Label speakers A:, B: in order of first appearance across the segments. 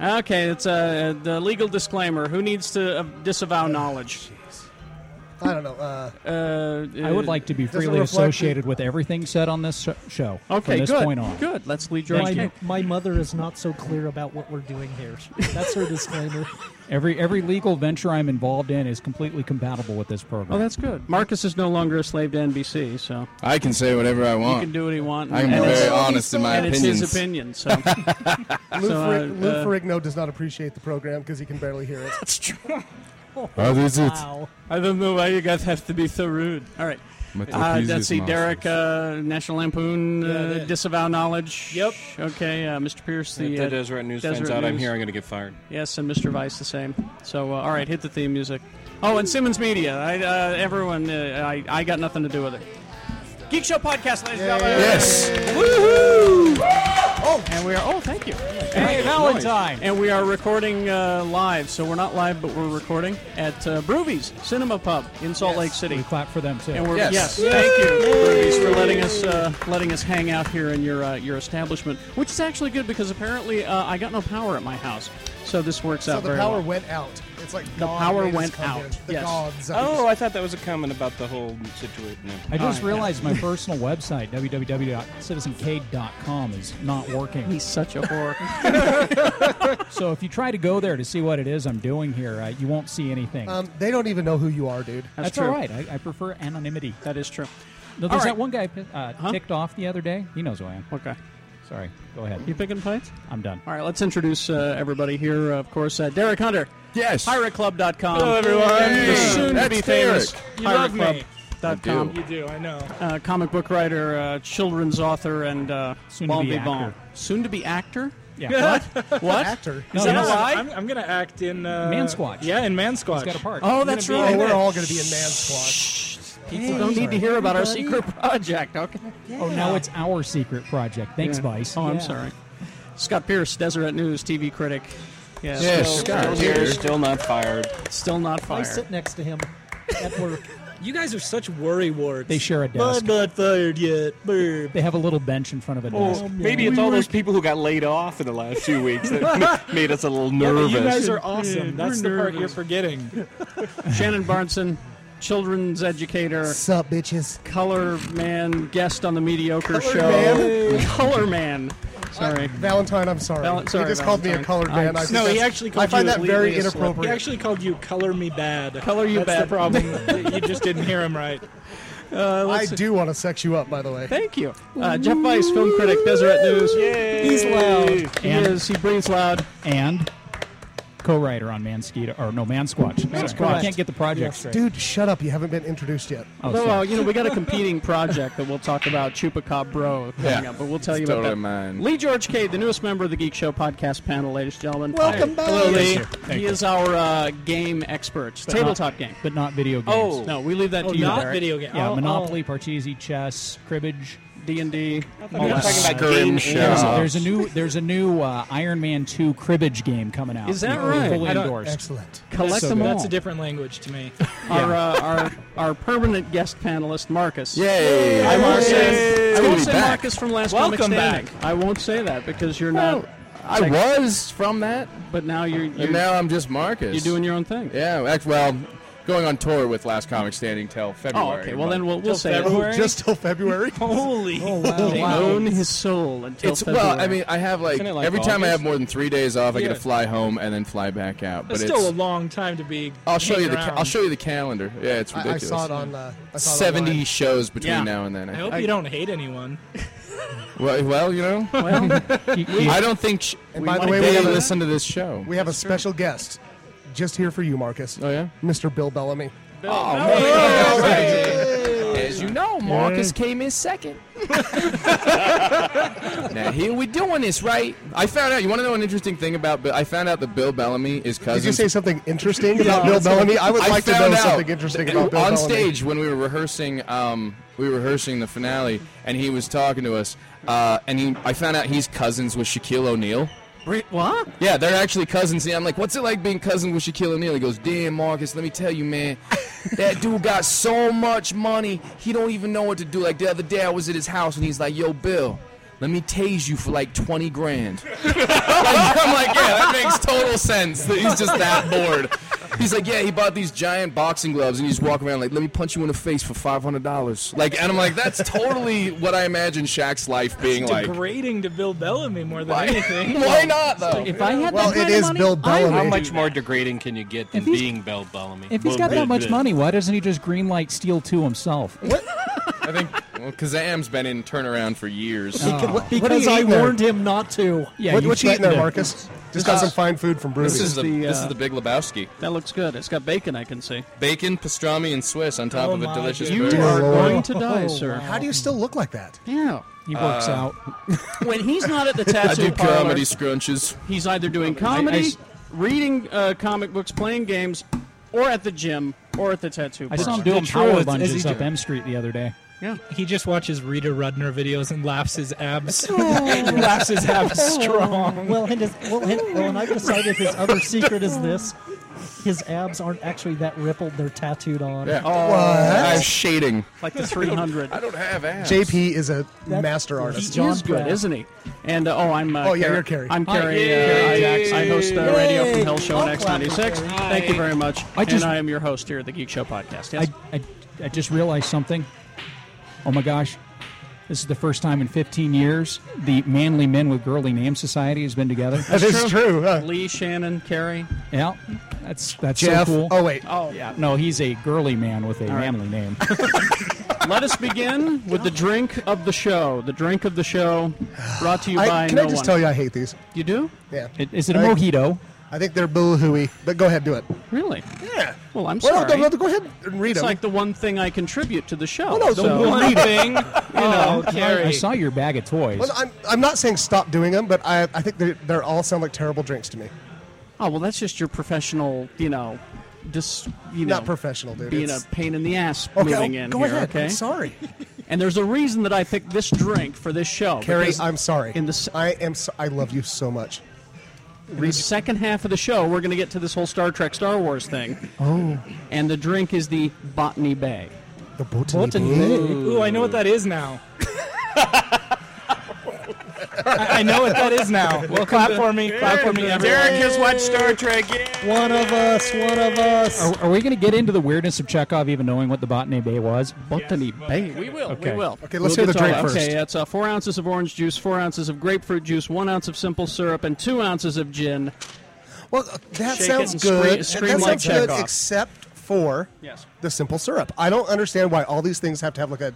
A: Okay, it's uh, the legal disclaimer. Who needs to uh, disavow knowledge?
B: I don't know. Uh,
A: Uh,
C: I would like to be
B: it
C: freely
B: reflect-
C: associated with everything said on this sh- show
A: uh, Okay,
C: from this
A: good.
C: point on.
A: Good. Let's lead your
C: Thank
A: way.
C: you.
D: My, my mother is not so clear about what we're doing here. That's her disclaimer.
C: Every every legal venture I'm involved in is completely compatible with this program.
A: Oh, that's good. Marcus is no longer a slave to NBC, so
E: I can say whatever
A: he
E: I want.
A: can do what he wants.
E: I can be
A: and
E: very
A: it's,
E: honest in my
A: and it's
E: opinions.
A: his opinion. So
B: Lou,
A: So, uh,
B: Ferrig- Lou
A: uh,
B: Ferrigno does not appreciate the program because he can barely hear it.
E: That's true. How is it?
D: Wow.
A: I don't know why you guys have to be so rude. All right. Uh, let's see, Derek, uh, National Lampoon,
F: Yeah,
A: uh,
F: it is.
A: disavow knowledge.
F: Yep.
A: Okay, uh, Mr. Pierce,
F: If
A: the
F: the
A: uh,
F: Deseret News
A: Deseret
F: finds out I'm
A: News.
F: here, I'm going to get fired.
A: yes, and Mr. Vice the same. So, uh, all right, hit the theme music. Oh, and Simmons Media. I, uh, everyone, uh, I, I got nothing to do with it. Geek Show podcast, ladies and gentlemen.
E: Yes.
A: And we are. Oh, thank you.
C: hey, Valentine!
A: And we are recording uh, live, so we're not live, but we're recording at uh, Broovies Cinema Pub in Salt Lake City.
C: We clap for them too.
A: And we're, yes,
E: Yes.
A: thank you, Broovies, for letting us uh, letting us hang out here in your uh, your establishment, which is actually good because apparently uh, I got no power at my house, so this works
B: So
A: out
B: the
A: very
B: power
A: well.
B: went out. It's like
A: The
B: God
A: power
B: made us
A: went
B: come
A: out,
B: in. The
A: yes.
B: gods.
F: Oh, I thought that was a comment about the whole situation. No.
C: I just
A: All right,
C: realized my personal website, www.citizencade.com, is not working.
A: He's such a whore.
C: so if you try to go there to see what it is I'm doing here, uh, you won't see anything.
B: Um, they don't even know who you are, dude.
A: That's,
C: all
A: true.
C: right. I, I prefer anonymity.
A: That is true.
C: No,
A: All
C: there's
A: right.
C: that one guy I uh, ticked off the other day. He knows who I am.
A: Okay.
C: Sorry. Go ahead.
A: You picking fights?
C: I'm done.
A: All right, let's introduce uh, everybody here. Of course, uh, Derek Hunter,
E: Yes.
A: PirateClub.com.
G: Hello, everyone.
E: Hey,
A: The soon to be
E: that's
A: famous
E: Derek.
G: You love me.
A: PirateClub.com.
E: I
G: You do, I know.
A: uh, comic book writer, uh, children's author, and uh,
C: Soon to be
A: bon vivant.
C: actor.
A: Soon to be actor.
C: Yeah.
A: What?
B: Actor.
C: No,
A: that
C: he's-
A: a lie?
G: I'm, I'm going to act in. Uh,
C: Man Squatch.
G: Yeah, in Man Squatch.
C: He's got a part.
A: Oh, that's
G: gonna
A: right.
B: Oh,
G: be in
B: we're
G: it.
B: all going to be in man squad.
A: People don't need to hear about our secret project. Okay.
C: Oh, now it's our secret project. Thanks,
A: Yeah.
C: Vice.
A: Oh, I'm
D: Yeah.
A: sorry. Scott Pierce, Deseret News TV critic. Yeah,
E: Yes,
A: still,
E: Scott
A: still-
E: Pierce.
F: Still not fired.
A: still not
D: I
A: fired.
D: sit next to him at work.
G: You guys are such worry wards.
C: They share a desk.
G: not fired yet.
C: They have a little bench in front of a
A: Oh.
C: desk.
F: Maybe it's all those people who got laid off in the last few weeks that made us a little nervous.
G: you guys are awesome. That's the
A: we're
G: part you're
A: nervous.
G: forgetting.
A: Shannon Barnson, children's educator,
B: Sup, bitches.
A: color man, guest on the mediocre
B: Color
A: show.
B: man.
A: Color man. Sorry.
B: Valentine, I'm sorry.
A: Val- sorry,
B: he just called me a
A: Valentine.
B: colored man. I, think
G: No, he
B: that's-
G: actually
B: I
G: called
B: find
G: you
B: that very
G: elitely a slut. He
B: inappropriate.
G: actually called you "color me bad."
A: Color you
G: That's
A: bad.
G: The problem. you just didn't hear him right.
B: I do want to sex you up, by the way.
A: Thank you. Uh, Jeff Weiss, film critic, Deseret News.
F: He's
A: loud. He
C: And-
A: is. He breathes loud.
C: and co-writer on Mansquito or no Mansquatch. Sorry. I
D: Squatch.
C: can't get the project straight.
B: Dude, shut up. You haven't been introduced yet.
C: Oh,
A: Although, uh,
C: sorry.
A: you know, we got a competing project that we'll talk about, Chupacabra, coming
E: Yeah.
A: up, but we'll tell you
E: It's
A: about
E: totally
A: that.
E: mine.
A: Lee George Cade, the newest member of the Geek Show podcast panel, ladies and gentlemen.
D: Welcome back.
A: Hello, Lee.
C: Yes, sir. Thank
A: he
C: you.
A: is our uh, game expert,
C: But
A: tabletop
C: not-
A: game.
C: but not video games.
F: Oh.
A: No, we leave that
G: Oh,
A: to you,
G: not
A: Derek.
G: video game.
C: yeah,
G: I'll-
C: Monopoly, Parcheesi, chess, cribbage.
A: D&D.
F: We're not Oh, talking about game
C: There's,
E: Yeah.
C: there's a new there's a new uh, Iron Man two cribbage game coming out.
A: Is that
C: We're
A: right?
C: Fully
A: I don't-
C: endorsed.
B: Excellent.
A: Collect
C: so
A: them
C: good.
A: all.
G: That's a different language to me.
A: our, uh, our, our permanent guest panelist, Marcus.
E: Yay.
A: I won't
E: Yay.
A: say, I
E: It's
A: won't
E: good to
A: say
E: be back.
A: Marcus uh, from last
G: Welcome
A: Comic Standing.
G: back.
A: I won't say that because you're not,
E: Oh, I was from that,
A: but now you're
E: and
A: you're,
E: now I'm just Marcus.
A: you're doing your own thing.
E: Yeah, act- well, going on tour with Last Comic Standing till February.
A: Oh, okay. Well, then we'll, we'll say it.
G: February.
B: Just till February.
G: Holy.
D: Oh, wow.
A: They own his soul until
E: It's
A: February.
E: well. I mean, I have like,
F: Isn't it like
E: every time I
F: August?
E: have more than three days off, I get to
G: Yeah.
E: fly home and then fly back out. But
G: That's
E: it's
G: still a long time to be.
E: I'll show you
G: hanging
E: the ca-
G: around.
E: I'll show you the calendar. Yeah, it's
B: I, I
E: ridiculous.
B: saw it on. Uh, I saw it
E: Seventy
B: online.
E: shows between
A: Yeah.
E: now and then. I
G: I
E: think.
G: hope you don't hate anyone.
E: well, well, you know,
C: You- you-
E: I don't think. Sh-
B: And
E: we
B: by the
E: might-
B: way, we
E: they
B: have a-
E: listen to this show.
B: We have a special guest just here for you, Marcus.
E: oh yeah.
B: Mr. Bill Bellamy.
E: As you know, Marcus came in second. now here we doing this, right? I found out. You want to know an interesting thing about? But I found out that Bill Bellamy is
B: Did
E: cousins.
B: you say something interesting about Bill Bellamy? I would
E: I
B: like to know
E: found out
B: something interesting
E: that-
B: about Bill
E: on
B: Bellamy.
E: stage when we were rehearsing. Um, we were rehearsing the finale, and he was talking to us. Uh, and he, I found out he's cousins with Shaquille O'Neal.
A: what?
E: Yeah, they're actually cousins. And I'm like, what's it like being cousins with Shaquille O'Neal? He goes, damn, Marcus, let me tell you, man. That dude got so much money, he don't even know what to do. Like, the other day I was at his house, and he's like, yo, Bill, let me tase you for like 20 grand. Like, I'm like, yeah, that makes no sense. that He's just that bored. He's like, yeah, he bought these giant boxing gloves, and he's walking around like, let me punch you in the face for five hundred dollars. Like, and I'm like, that's totally what I imagine Shaq's life being like.
G: degrading to Bill Bellamy more than
E: Why,
G: anything.
E: why not though?
C: If I had
B: Well,
C: that kind
B: it
C: of
B: is
C: money,
B: Bill
C: I would
B: Bellamy.
F: How
C: do
F: much
C: that.
F: more degrading can you get than
C: If he's-
F: being Bell Bellamy?
C: If he's got that much money, why doesn't he just greenlight Steel 2 himself?
E: I think well, Kazam's been in turnaround for years.
D: because
B: you
D: I
B: eat there?
D: warned him not to.
C: Yeah,
B: what,
C: you
B: what you eating there,
C: threatened to-
B: Marcus? Just got some fine food from
E: This is
B: Bruce.
E: the,
A: the,
E: this
A: uh,
E: is the Big Lebowski.
A: That looks good. It's got bacon, I can see.
E: Bacon, pastrami, and Swiss on top
G: Oh
E: of a
G: my
E: delicious
G: goodness.
E: burger.
A: Are
B: Lord.
A: going to
E: Oh,
A: die, sir.
B: How do you still look like that?
A: Yeah.
C: He works out.
A: When he's not at the
E: I
A: tattoo
E: do
A: parlor,
E: comedy scrunches.
A: he's either doing
C: I
A: comedy,
C: s-
A: reading uh, comic books, playing games, or at the gym, or at the tattoo
C: I
A: parlor.
C: saw him doing
G: The
C: power
G: truth is
C: lunges
G: he
C: up M Street the other day.
G: He just watches Rita Rudner videos and laughs his abs. laughs his abs strong.
D: Well, and his, well, and, well, and I've decided his other secret is this: his abs aren't actually that rippled; they're tattooed on.
A: Oh,
E: Yeah. I have
B: What?
E: shading.
A: like the 300.
E: don't have abs.
B: JP is a
D: That's-
B: master
A: He
B: artist.
D: John
A: is good,
D: Pratt.
A: isn't he? And uh, oh, I'm. Uh,
B: Oh, yeah, you're Carrie.
A: I'm Carrie. uh, I, I host the Radio from Hell Show
D: I'll
A: on X96.
D: clap
A: Thank you very much.
C: I just-
A: and I am your host here at the Geek Show podcast. Yes.
C: I, I, I just realized something. Oh my gosh. This is the first time in 15 years the Manly Men with Girly Names Society has been together.
B: That is true. huh?
A: Lee, Shannon, Carrie.
C: yeah, that's that's
B: Jeff.
C: so cool.
B: Oh wait.
A: Oh,
C: yeah, no, he's a girly man with a
A: right.
C: manly name.
A: Let us begin with the drink of the show. The drink of the show, brought to you
B: I-
A: by
B: can
A: no
B: I just
A: one.
B: tell you I hate these?
A: You do?
B: Yeah.
C: It- Is it a
B: I-
C: mojito?
B: I think they're boo-hooey, but go ahead, do it.
A: Really? Yeah. Well, I'm
B: Well,
A: sorry.
B: no, no, no, go ahead and read
A: it's
B: them.
A: like the one thing I contribute to the show.
B: no, the
A: so-
G: One thing, you
C: I,
G: know,
C: I
G: Carrie.
C: saw your bag of toys.
B: well, I'm, I'm not saying stop doing them, but I, I think they're, they're all sound like terrible drinks to me.
A: Oh well, that's just your professional, you know, dis, you know,
B: Not professional, dude.
A: being a
B: It's-
A: pain in the ass
B: okay,
A: moving
B: oh,
A: in
B: go
A: here.
B: ahead.
A: Okay,
B: I'm sorry.
A: and there's a reason that I picked this drink for this show.
B: Carrie,
A: because
B: I'm sorry.
A: in the s-
B: I am. So, I love you so much.
A: in the second half of the show, we're going to get to this whole Star Trek, Star Wars thing. Oh, and the drink is the Botany Bay.
B: The botany.
G: Ooh, I know what that is now. I, I know what that is now. Well, clap for me. Clap for me, everyone.
F: has watched Star Trek.
D: One of us. One of us.
C: are, are we going to get into the weirdness of Chekhov even knowing what the Botany Bay was?
A: Botany Bay. We will.
C: Okay.
A: We will.
B: Okay, let's
A: We'll
B: hear the
A: get to all
B: drink
A: that.
B: first.
A: Okay, that's uh, four ounces of orange juice, four ounces of grapefruit juice, one ounce of simple syrup, and two ounces of gin.
B: Well, uh, that
A: Shake it
B: sounds
A: and scree-
B: good.
A: scream
B: that
A: like
B: sounds good,
A: Chekhov.
B: except for
A: Yes.
B: the simple syrup. I don't understand why all these things have to have like a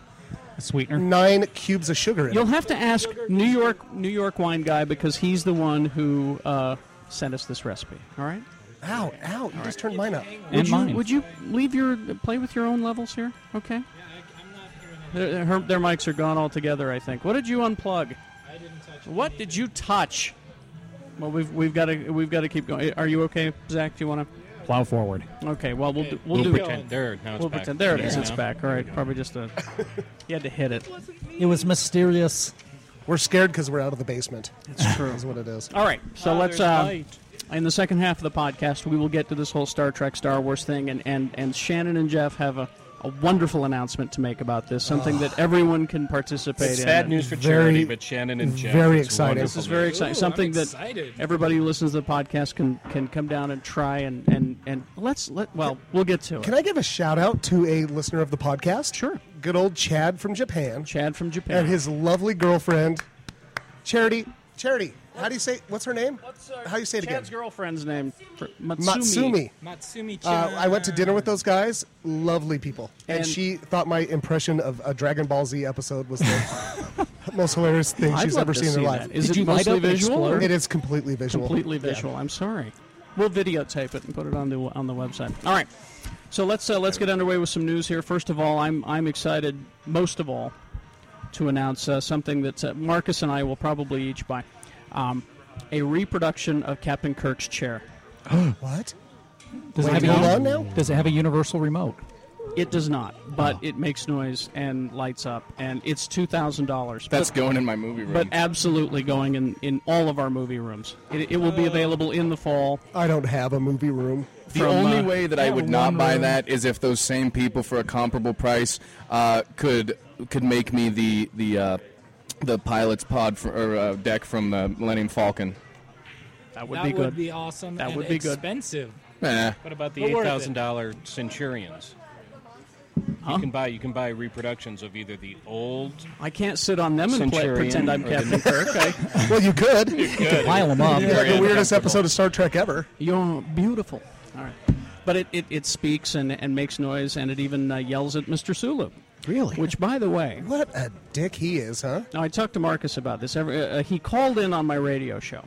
C: A sweetener.
B: nine cubes of sugar in
A: You'll
B: it.
A: have to ask New York New York wine guy because he's the one who uh, sent us this recipe. All right.
B: Ow, ow! You just turned mine up.
A: Would
C: And
A: you
C: mine.
A: would you leave your play with your own levels here? Okay. Their, her, their mics are gone altogether. I think. What did you unplug?
G: I didn't touch
A: What did you touch? Well, we've we've got to we've got to keep going. Are you okay, Zach? Do you want
C: Plow forward.
A: to? Okay. Well, we'll do, we'll,
F: We'll
A: do
F: pretend.
A: it.
F: There, now it's
A: We'll
F: back.
A: pretend. There it is.
F: Yeah.
A: It's back. All right. Probably just a. You had to hit it.
D: It was mysterious.
B: We're scared because we're out of the basement.
A: It's true.
B: Is what it is.
A: All right, so let's. Uh, in the second half of the podcast, we will get to this whole Star Trek, Star Wars thing, and, and, and Shannon and Jeff have a, a wonderful announcement to make about this, something that everyone can participate
F: It's
A: in.
F: sad news for
B: Very-
F: charity, but Shannon and Jeff.
B: very
F: it's
B: exciting.
F: wonderful
A: This is very
F: news.
A: exciting.
G: Ooh,
A: Something
G: I'm
A: that
G: excited.
A: everybody who listens to the podcast can, can come down and try and, and, and let's let well we'll get to it.
B: Can I give a shout out to a listener of the podcast?
A: Sure.
B: Good old Chad from Japan
A: Chad from Japan.
B: and his lovely girlfriend, Charity. Charity, how do you say? What's her name? how do you say it
A: uh, Chad's
B: again?
A: girlfriend's name for Matsumi.
B: Matsumi.
G: Matsumi
B: Uh, I went to dinner with those guys. Lovely people, and,
A: And-
B: she thought my impression of a Dragon Ball Z episode was the most hilarious thing
A: I'd
B: she's
A: love
B: ever
A: to
B: seen in
A: see
B: her
A: that.
B: life.
A: Is
C: Did
A: it
C: you light
A: mostly
C: up and
A: visual? or-
C: explode?
B: It is completely visual.
A: completely visual. I'm sorry. We'll videotape it and put it on the on the website. All right. So let's uh, let's get underway with some news here. First of all, I'm I'm excited most of all to announce uh, something that uh, Marcus and I will probably each buy, um, a reproduction of Captain Kirk's chair.
B: What?
C: Does
B: Wait,
C: it have
B: hold
C: a,
B: on now?
C: Does it have a universal remote?
A: It does not, but it makes noise and lights up, and it's two thousand dollars.
E: That's going in my movie room.
A: but absolutely going in, in all of our movie rooms. It, it will be available in the fall.
B: I don't have a movie room.
E: the
A: from,
E: only
A: uh,
E: way that I would not buy that is if those same people for a comparable price uh, could could make me the uh, the uh, the pilot's pod for, or uh, deck from the Millennium Falcon.
A: That would
G: that
A: be
G: would
A: good.
G: be awesome.
A: That
G: and
A: would be good.
G: expensive.
E: Nah.
F: What about the
G: But
F: eight
G: worth it.
F: thousand dollar Centurions?
A: Huh?
F: You can buy you can buy reproductions of either the old
A: I can't sit on them and play,
F: Centurion
A: pretend I'm
F: or the
A: Captain Kirk. I,
B: Well, you could.
D: Pile them up.
B: It's like the
F: Very
B: weirdest
F: uncomfortable.
B: episode of Star Trek ever.
A: You're beautiful. All right. But it, it, it speaks and, and makes noise, and it even uh, yells at Mr. Sulu.
B: Really?
A: Which, by the way,
B: What a dick he is, huh?
A: now I talked to Marcus about this. Every, uh, he called in on my radio show,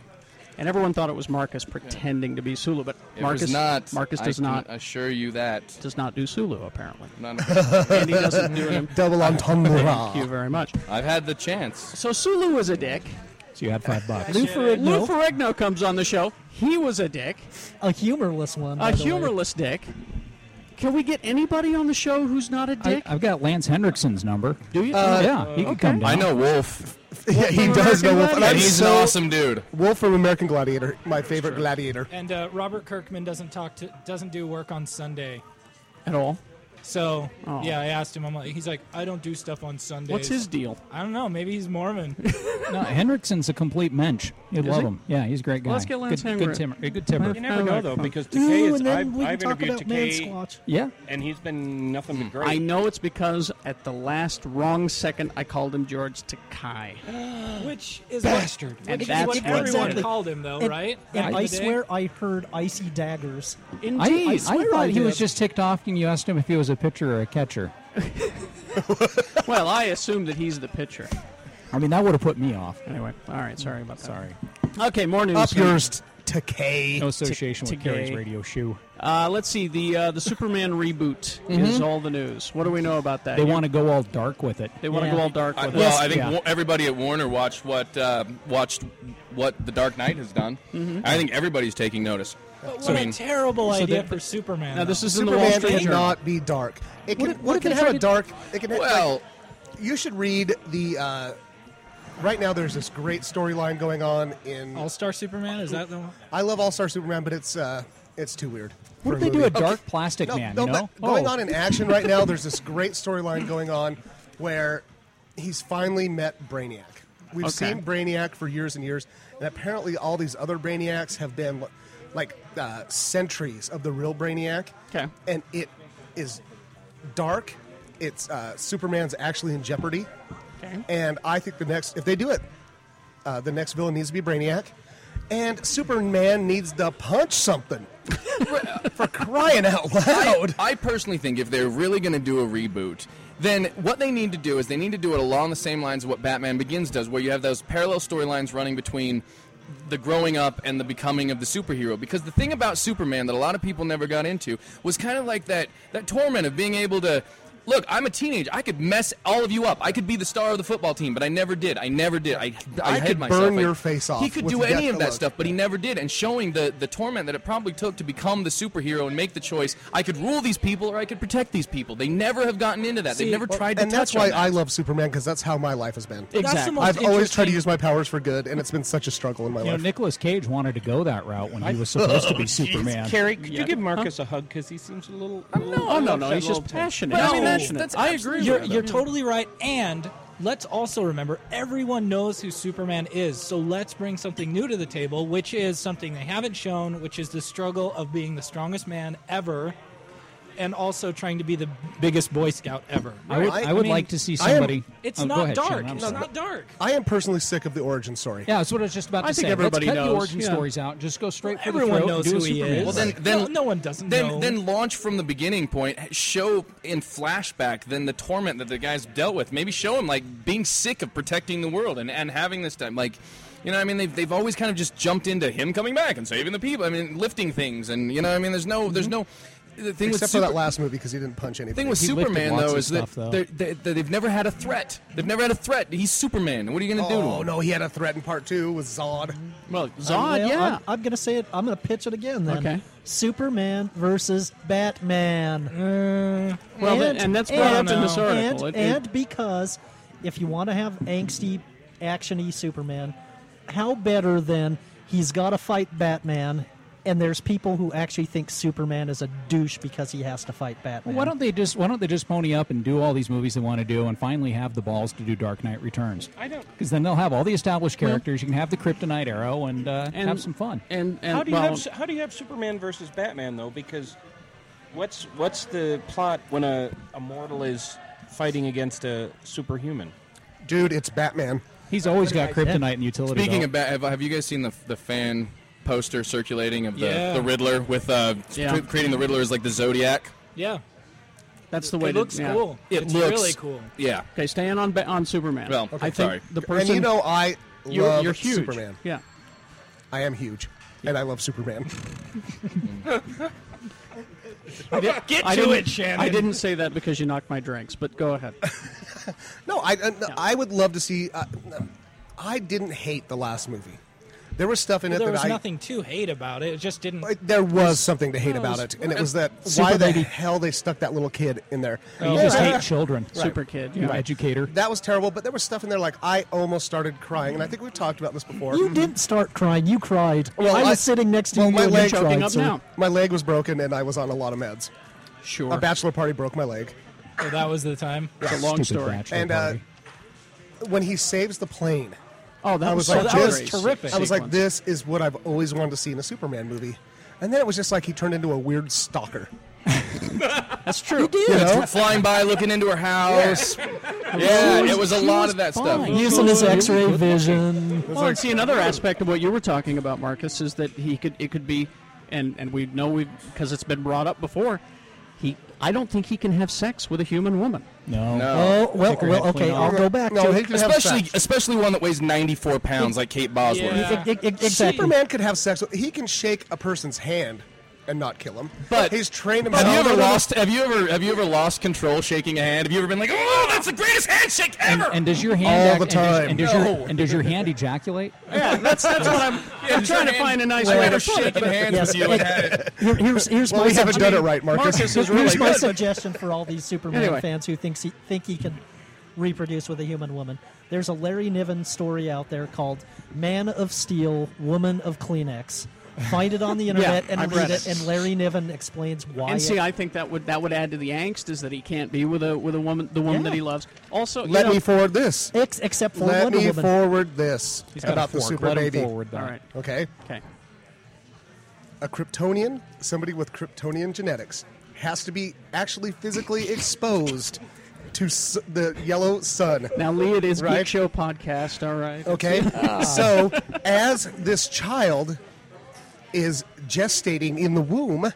A: and everyone thought it was Marcus pretending to be Sulu, but
E: It
A: Marcus
E: was not.
A: Marcus
E: I
A: does
E: can
A: not
E: assure you that.
A: does not do Sulu apparently,
E: None.
A: and he doesn't do it.
B: Double
A: Thank you
B: entendre.
A: very much.
E: I've had the chance.
A: So Sulu was a dick.
C: So you had five bucks.
D: Lou Ferrigno,
A: Lou Ferrigno comes on the show. He was a dick,
D: a humorless one. by
A: a
D: the way.
A: humorless dick. Can we get anybody on the show who's not a
C: I,
A: dick? Uh,
C: I've got Lance Hendrickson's number.
A: do you?
C: yeah, he could come down.
E: I know Wolf.
B: yeah, he
A: from
B: does know
A: American
B: Wolf.
A: Gladiator.
B: And I'm
E: And he's
B: so-
E: an awesome dude.
B: Wolf from American Gladiator, my favorite gladiator.
G: And uh, Robert Kirkman doesn't talk to doesn't do work on Sunday.
A: at all.
G: So
A: Oh.
G: yeah, I asked him. I'm like, he's like, I don't do stuff on Sundays.
A: What's his deal?
G: I don't know. Maybe he's Mormon.
C: No, Hendrickson's a complete mensch. You'd
A: Is
C: love
A: he?
C: him. Yeah, he's a great guy.
A: Let's get Lance
C: good,
A: Henrick.
C: good timber. Good timber.
F: You never know though, because
D: Ooh,
F: Takei is
D: and then
F: I've,
D: we can
F: I've
D: talk
F: interviewed
D: about Man
F: Takei
D: Squatch.
C: Yeah.
F: and he's been nothing but great.
A: I know it's because at the last wrong second I called him George Takai.
G: Which is bastard.
A: And
G: Which is
A: that's
G: what
A: what
G: everyone
A: exactly-
G: called him, though,
D: And,
G: right? Back in
D: and
G: the
D: I
G: day.
D: swear I heard icy daggers.
C: I, I, I
D: swear
C: thought
D: I
C: he was
D: did.
C: just ticked off and you asked him if he was a pitcher or a catcher.
A: well, I assume that he's the pitcher.
C: I mean, that would have put me off.
A: Anyway, all right. Sorry about that. Sorry. Okay, more news.
B: Up yours, Takei.
C: No association
A: Tick-
C: with Carrie's
A: tickay.
C: radio shoe.
A: Uh, let's see. The uh, the Superman reboot is all the news. What do we know about that?
C: They
A: You-
C: want to go all dark with it.
A: They want to
D: Yeah.
A: go all dark
E: I,
A: with
E: well,
A: it.
E: I think
C: yeah.
E: wa- everybody at Warner watched what uh, watched what The Dark Knight has done. I think everybody's taking notice.
G: But what
E: So, I mean-
G: a terrible
A: So
G: idea
A: the-
G: for Superman.
A: Now this
G: though.
A: is in the Wall
B: Superman
A: Street Journal.
B: cannot be dark. It can,
D: if- what
B: what
D: if
B: can
D: they
B: have
D: tried
B: a
D: to-
B: dark. It can
E: Well,
B: you should read the. Uh, right now, there's this great storyline going on in.
G: All Star Superman. Is that the one?
B: I love All Star Superman, but it's uh, it's too weird.
C: What
B: for
C: if they do
B: movie.
C: a dark plastic man? you know?
B: but going
C: Oh.
B: on in action right now, there's this great storyline going on where he's finally met Brainiac. We've
A: Okay.
B: seen Brainiac for years and years, and apparently all these other Brainiacs have been like uh, centuries of the real Brainiac.
A: Okay.
B: and it is dark. It's uh, Superman's actually in jeopardy,
A: Okay.
B: and I think the next if they do it, uh, the next villain needs to be Brainiac, and Superman needs to punch something. for crying out loud!
E: I, I personally think if they're really going to do a reboot, then what they need to do is they need to do it along the same lines of what Batman Begins does, where you have those parallel storylines running between the growing up and the becoming of the superhero because the thing about superman that a lot of people never got into was kind of like that that torment of being able to look i'm a teenager i could mess all of you up i could be the star of the football team but i never did i never did i, I,
B: I
E: hid
B: could
E: myself
B: burn
E: I-
B: your face off
E: he could
B: with
E: do any
B: death
E: of that
B: alone.
E: stuff but he never did. And showing the, the torment that it probably took to become the superhero and make the choice, I could rule these people or I could protect these people. They never have gotten into that. They've
G: See,
E: never tried to
B: and that's
E: touch
B: why
E: on that.
B: I love Superman because that's how my life has been.
G: That's the
A: Exactly.
G: most
B: I've always tried to
G: interesting-
B: use my powers for good, and it's been such a struggle in my
C: You know,
B: life.
C: Nicolas Cage wanted to go that route when he was supposed to be Superman.
F: Carrie, could you give Marcus a hug because he seems a little. little
A: Oh no, no,
F: upset,
A: he's just
F: a little tense.
A: passionate.
E: But I
A: He's
E: mean, that's-
A: passionate.
E: that's
A: I
E: absolutely-
A: agree.
G: You're,
E: with
G: you're
E: him.
G: totally right. And let's also remember everyone knows who Superman is. So let's bring something new to the table, which is something they haven't shown, which is the struggle of being the strongest man ever and also trying to be the biggest Boy Scout ever.
C: I would,
B: I-
C: I would
B: I
G: mean,
C: like to see
B: I am-
C: somebody.
G: It's
C: Oh, go
G: not
C: ahead, Sean,
G: dark.
C: I'm
G: it's
C: sorry.
G: not dark.
B: I am personally sick of the origin story.
C: Yeah, that's what I was just about to
A: I
C: say.
A: think everybody
C: Let's cut
A: knows,
C: the origin
A: yeah.
C: stories out. Just go straight for
G: Everyone
C: the throat
G: knows
C: and do
G: who
C: a
G: he
C: Superman.
G: is.
E: Well, then,
G: Right.
E: then
G: No- no one doesn't
E: Then,
G: know.
E: then launch from the beginning point. Show in flashback then the torment that the guys dealt with. Maybe show him like being sick of protecting the world and, and having this time like. You know, what I mean, they've, they've always kind of just jumped into him coming back and saving the people. I mean, lifting things, and you know, what I mean, there's no, there's no.
G: Mm-hmm.
E: The thing with
B: Except for
E: Super-
B: that last movie because he didn't punch
E: The
B: anybody.
E: thing with
C: He lifted
E: Superman
C: lots
E: though
C: of
E: is that
C: stuff, though.
E: they're- they, they, they've never had a threat. They've never had a threat. He's Superman. What are you gonna do? to
B: oh
E: him?
B: no, he had a threat in part two with Zod.
A: well,
D: Well,
A: Zod, yeah.
D: I'm, I'm going to say it. I'm going to pitch it again then.
A: Okay.
D: Superman versus Batman.
A: well, and, and that's brought up in this
G: and-
A: article.
D: And,
A: It- it-
D: and because if you want to have angsty, action y Superman, how better than he's got to fight Batman and there's people who actually think Superman is a douche because he has to fight Batman.
C: Well, why don't they just Why don't they just pony up and do all these movies they want to do, and finally have the balls to do Dark Knight Returns? I don't because then they'll have all the established characters. you can have the Kryptonite Arrow and, uh,
A: And-
C: have some fun.
A: And, and
F: How do you
A: well,
F: have su- How do you have Superman versus Batman though? Because what's what's the plot when a, a mortal is fighting against a superhuman?
B: Dude, it's Batman.
C: He's always got Kryptonite and utility.
E: Speaking
C: belt.
E: of Bat, have, have you guys seen the the fan poster circulating of the,
G: Yeah.
E: the Riddler with uh,
A: Yeah.
E: cre- creating the Riddler as like the Zodiac?
G: Yeah,
A: that's the way
G: it looks
A: to, yeah.
G: cool.
E: It
G: it's
E: looks
G: really cool.
E: Yeah,
A: Okay, staying on ba- on Superman.
E: Well,
A: I
E: okay,
A: think
E: sorry.
A: the person
B: and you know, I
A: you're,
B: love
A: you're huge.
B: Superman.
A: Yeah.
B: I am huge, and I love Superman.
G: Get
A: I
G: to
A: didn't-
G: it, Shannon.
A: I didn't say that because you knocked my drinks, but go ahead.
B: No, I uh, no, I would love to see. Uh, no, I didn't hate the last movie. There was stuff in
G: Well,
B: it
G: there
B: that
G: was
B: I.
G: nothing to hate about it. It just didn't.
B: Like, there was something to hate
G: Well, it
B: about
G: was-
B: it, and it was that
C: Super
B: why the
C: baby.
B: hell they stuck that little kid in there.
C: you just hate children.
A: Super kid.
C: You
A: Yeah.
C: educator.
B: That was terrible, but there was stuff in there like I almost started crying, and I think we've talked about this before. Mm-hmm.
D: you didn't start crying. You cried.
B: Well,
D: I was
B: I-
D: sitting next to
B: well,
D: you
B: my
D: and
B: leg-
D: you
A: Choking
D: cried.
A: up
D: so-
A: now.
B: My leg was broken, and I was on a lot of meds.
A: Sure.
B: A bachelor party broke my leg,
G: So that was the time.
A: It's a long
C: Stupid
A: story.
C: bachelor
B: and uh,
C: party.
B: when he saves the plane,
A: Oh, that
B: I
A: was,
B: was like,
A: such
B: Oh, that
A: a
B: was
A: great
G: terrific.
A: se-
B: I was like,
A: sequence.
B: "This is what I've always wanted to see in a Superman movie," and then it was just like he turned into a weird stalker.
A: That's true.
B: You know?
E: It's flying by, looking into her house. Yeah, it was a lot of that stuff.
D: Using his X-ray vision.
A: Well, and see, another aspect of what you were talking about, Marcus, is that he could it could be, and and we know we because it's been brought up before. He, I don't think he can have sex with a human woman.
C: no.
E: No.
D: Oh well,
C: Take her
D: well,
C: head clean
D: okay. I'll
C: off.
D: go back
B: No,
D: to
B: he could have
E: Especially,
B: sex.
E: especially one that weighs 94 pounds, like Kate Bosworth.
G: Yeah.
D: E- e- e- exactly.
B: Superman could have sex. with He can shake a person's hand and not kill him.
E: But-
B: he's trained himself.
E: Have you ever
B: No, no, no.
E: lost? Have you ever? Have you ever lost control shaking a hand? Have you ever been like, "Oh, that's the greatest handshake
C: And,
E: ever"?
C: and does your hand
B: All
C: ec-
B: the time.
C: And does, and does
E: No.
C: your and does your hand ejaculate?
A: Yeah, that's that's what I'm. I'm
E: just
A: trying to
E: hand-
A: find a nice
E: I've
A: way to
E: never
A: put it.
E: shaken
A: but-
E: hands with you like that.
D: Here- here's here's
B: Well,
D: my
B: we haven't
D: suggestion.
B: done it right, Marcus.
A: Marcus is really
D: here's my
A: good.
D: suggestion for all these Superman
A: Anyway.
D: fans who thinks he think he can reproduce with a human woman. There's a Larry Niven story out there called "Man of Steel, Woman of Kleenex." Find it on the internet and
A: I've
D: read
A: read it.
D: it. and Larry Niven explains why.
A: And see,
D: it-
A: I think that would that would add to the angst is that he can't be with a with a woman the woman
D: Yeah.
A: that he loves. Also, you
B: Let
A: know-
B: me forward this.
D: ex- except for
B: Let
D: Wonder
B: me
D: Woman.
B: forward this
C: He's got
B: about
C: a
B: the
C: fork.
B: super
C: Let him
B: baby.
C: forward that.
A: all right,
B: Okay,
A: okay,
B: a Kryptonian, somebody with Kryptonian genetics, has to be actually physically exposed to s- the yellow sun.
A: now Lee, it is Geek
B: Right.
A: Show podcast. All right,
B: Okay,
C: Ah.
B: so as this child is gestating in the womb,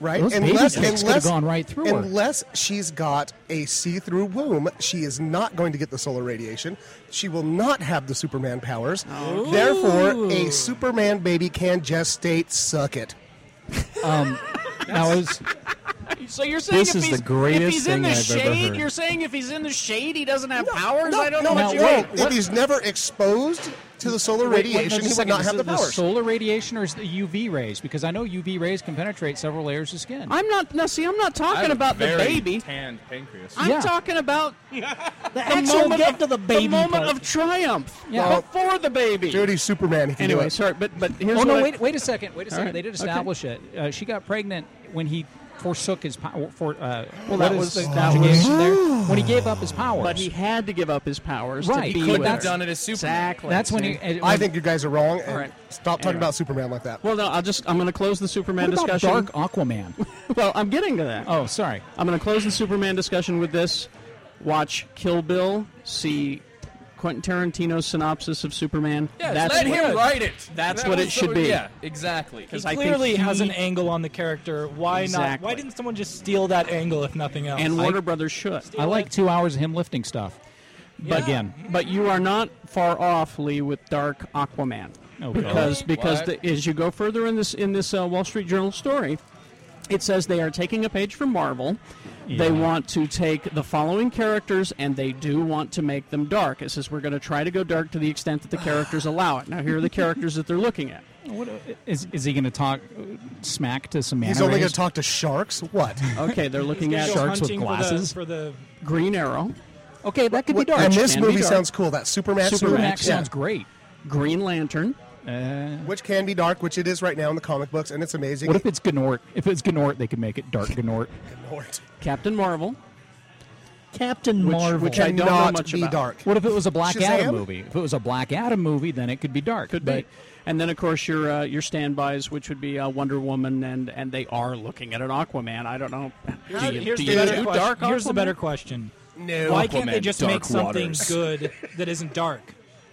B: right?
C: Those baby sticks could've gone right through her.
B: unless she's got a see-through womb, she is not going to get the solar radiation. She will not have the Superman powers.
A: Oh.
B: Therefore, a Superman baby can gestate. Suck it.
C: Now is
A: So you're saying
C: This
A: if
C: is
A: he's,
C: the greatest
A: if he's in the
C: thing I've
A: shade,
C: ever heard.
A: you're saying if he's in the shade, he doesn't have powers. I don't know
B: no,
A: what you
B: wait,
A: mean.
B: if he's never exposed to the solar radiation, he would not have the powers.
C: solar radiation or is the UV rays? Because I know UV rays can penetrate several layers of skin. Oh,
A: I'm not. Now, see, I'm not
E: I have
A: talking
E: a
A: about the
E: very
A: baby.
E: Tanned pancreas.
A: I'm
C: Yeah.
A: talking about
D: The
A: the
D: actual
A: moment
D: get
A: of,
D: to the baby
A: moment
D: part.
A: of triumph
C: Yeah.
A: before the baby.
B: Dude, he's Superman. He can do
A: anyway,
B: it.
A: sorry, but but here's
C: Oh no!
A: what I-
C: Wait, wait a second. Wait a second.
A: right,
C: They did
A: okay.
C: establish it. Uh, she got pregnant when he forsook his power. For uh, well,
A: that was-
C: the
A: that was-
C: conjugation there when he gave up his powers.
A: but he had to give up his powers
C: Right,
A: to be
C: he
A: with
C: couldn't have
A: her.
E: done it as Superman.
A: Exactly.
C: that's when he.
A: see?
C: uh,
B: I
C: when-
B: think you guys are wrong. And
A: right.
B: Stop talking about Superman like that.
A: Well, no, I'll just I'm going to close the Superman
C: What about
A: discussion.
C: Dark Aquaman?
A: Well, I'm getting to that.
C: Oh, sorry.
A: I'm going to close the Superman discussion with this. Watch Kill Bill. See Quentin Tarantino's synopsis of Superman. that's
E: let
A: what-
E: him write it.
A: that's
E: That
A: what it
E: was
A: should
E: the-
A: be.
E: Yeah, exactly.
A: Because I think
G: Clearly
A: he-
G: has an angle on the character. Why not?
A: Exactly.
G: Why didn't someone just steal that angle if nothing else?
A: and Warner Brothers should.
C: I like two hours of him lifting stuff. But again,
A: But you are not far off, Lee, with Dark Aquaman.
C: Oh, God.
A: because because
E: What?
A: the, as you go further in this in this uh, Wall Street Journal story, it says they are taking a page from Marvel. They want to take the following characters and they do want to make them dark. It says we're going to try to go dark to the extent that the characters allow it. Now here are the characters that they're looking at.
C: what, uh, is is he going to talk uh, smack to some man?
B: He's only going to talk to sharks. What?
C: Uh,
A: Okay, they're looking
G: He's
A: at
G: go
C: sharks with
G: hunting for the-
C: glasses.
G: For the,
A: Green Arrow,
C: Okay, that could be
B: What-
C: dark.
B: And this
A: Can be
B: movie
A: dark.
B: sounds cool. That Superman.
A: Superman
C: Supermax sounds great.
A: Green Lantern,
C: Uh,
B: which can be dark, which it is right now in the comic books, and it's amazing.
C: what if it's Gnort? If it's Gnort, they could make it Dark Gnort.
B: Gnort
A: Captain Marvel,
D: Captain
A: which,
D: Marvel.
A: which I don't know
B: cannot
A: much
B: be
A: about.
B: dark.
C: What if it was a Black
B: Shazam?
C: Adam movie? If it was a Black Adam movie, then it could be dark.
A: Could
C: but
A: be. And then, of course, your uh, your standbys, which would be uh, Wonder Woman, and, and they are looking at an Aquaman. I don't know. Do you-
G: Here's
A: do
G: the
A: you
G: better
A: do
G: question.
A: dark
G: Here's the
A: Aquaman?
G: better question.
B: No.
G: Why can't they
E: Aquaman,
G: just
E: Dark
G: make something
E: Waters.
G: good that isn't dark?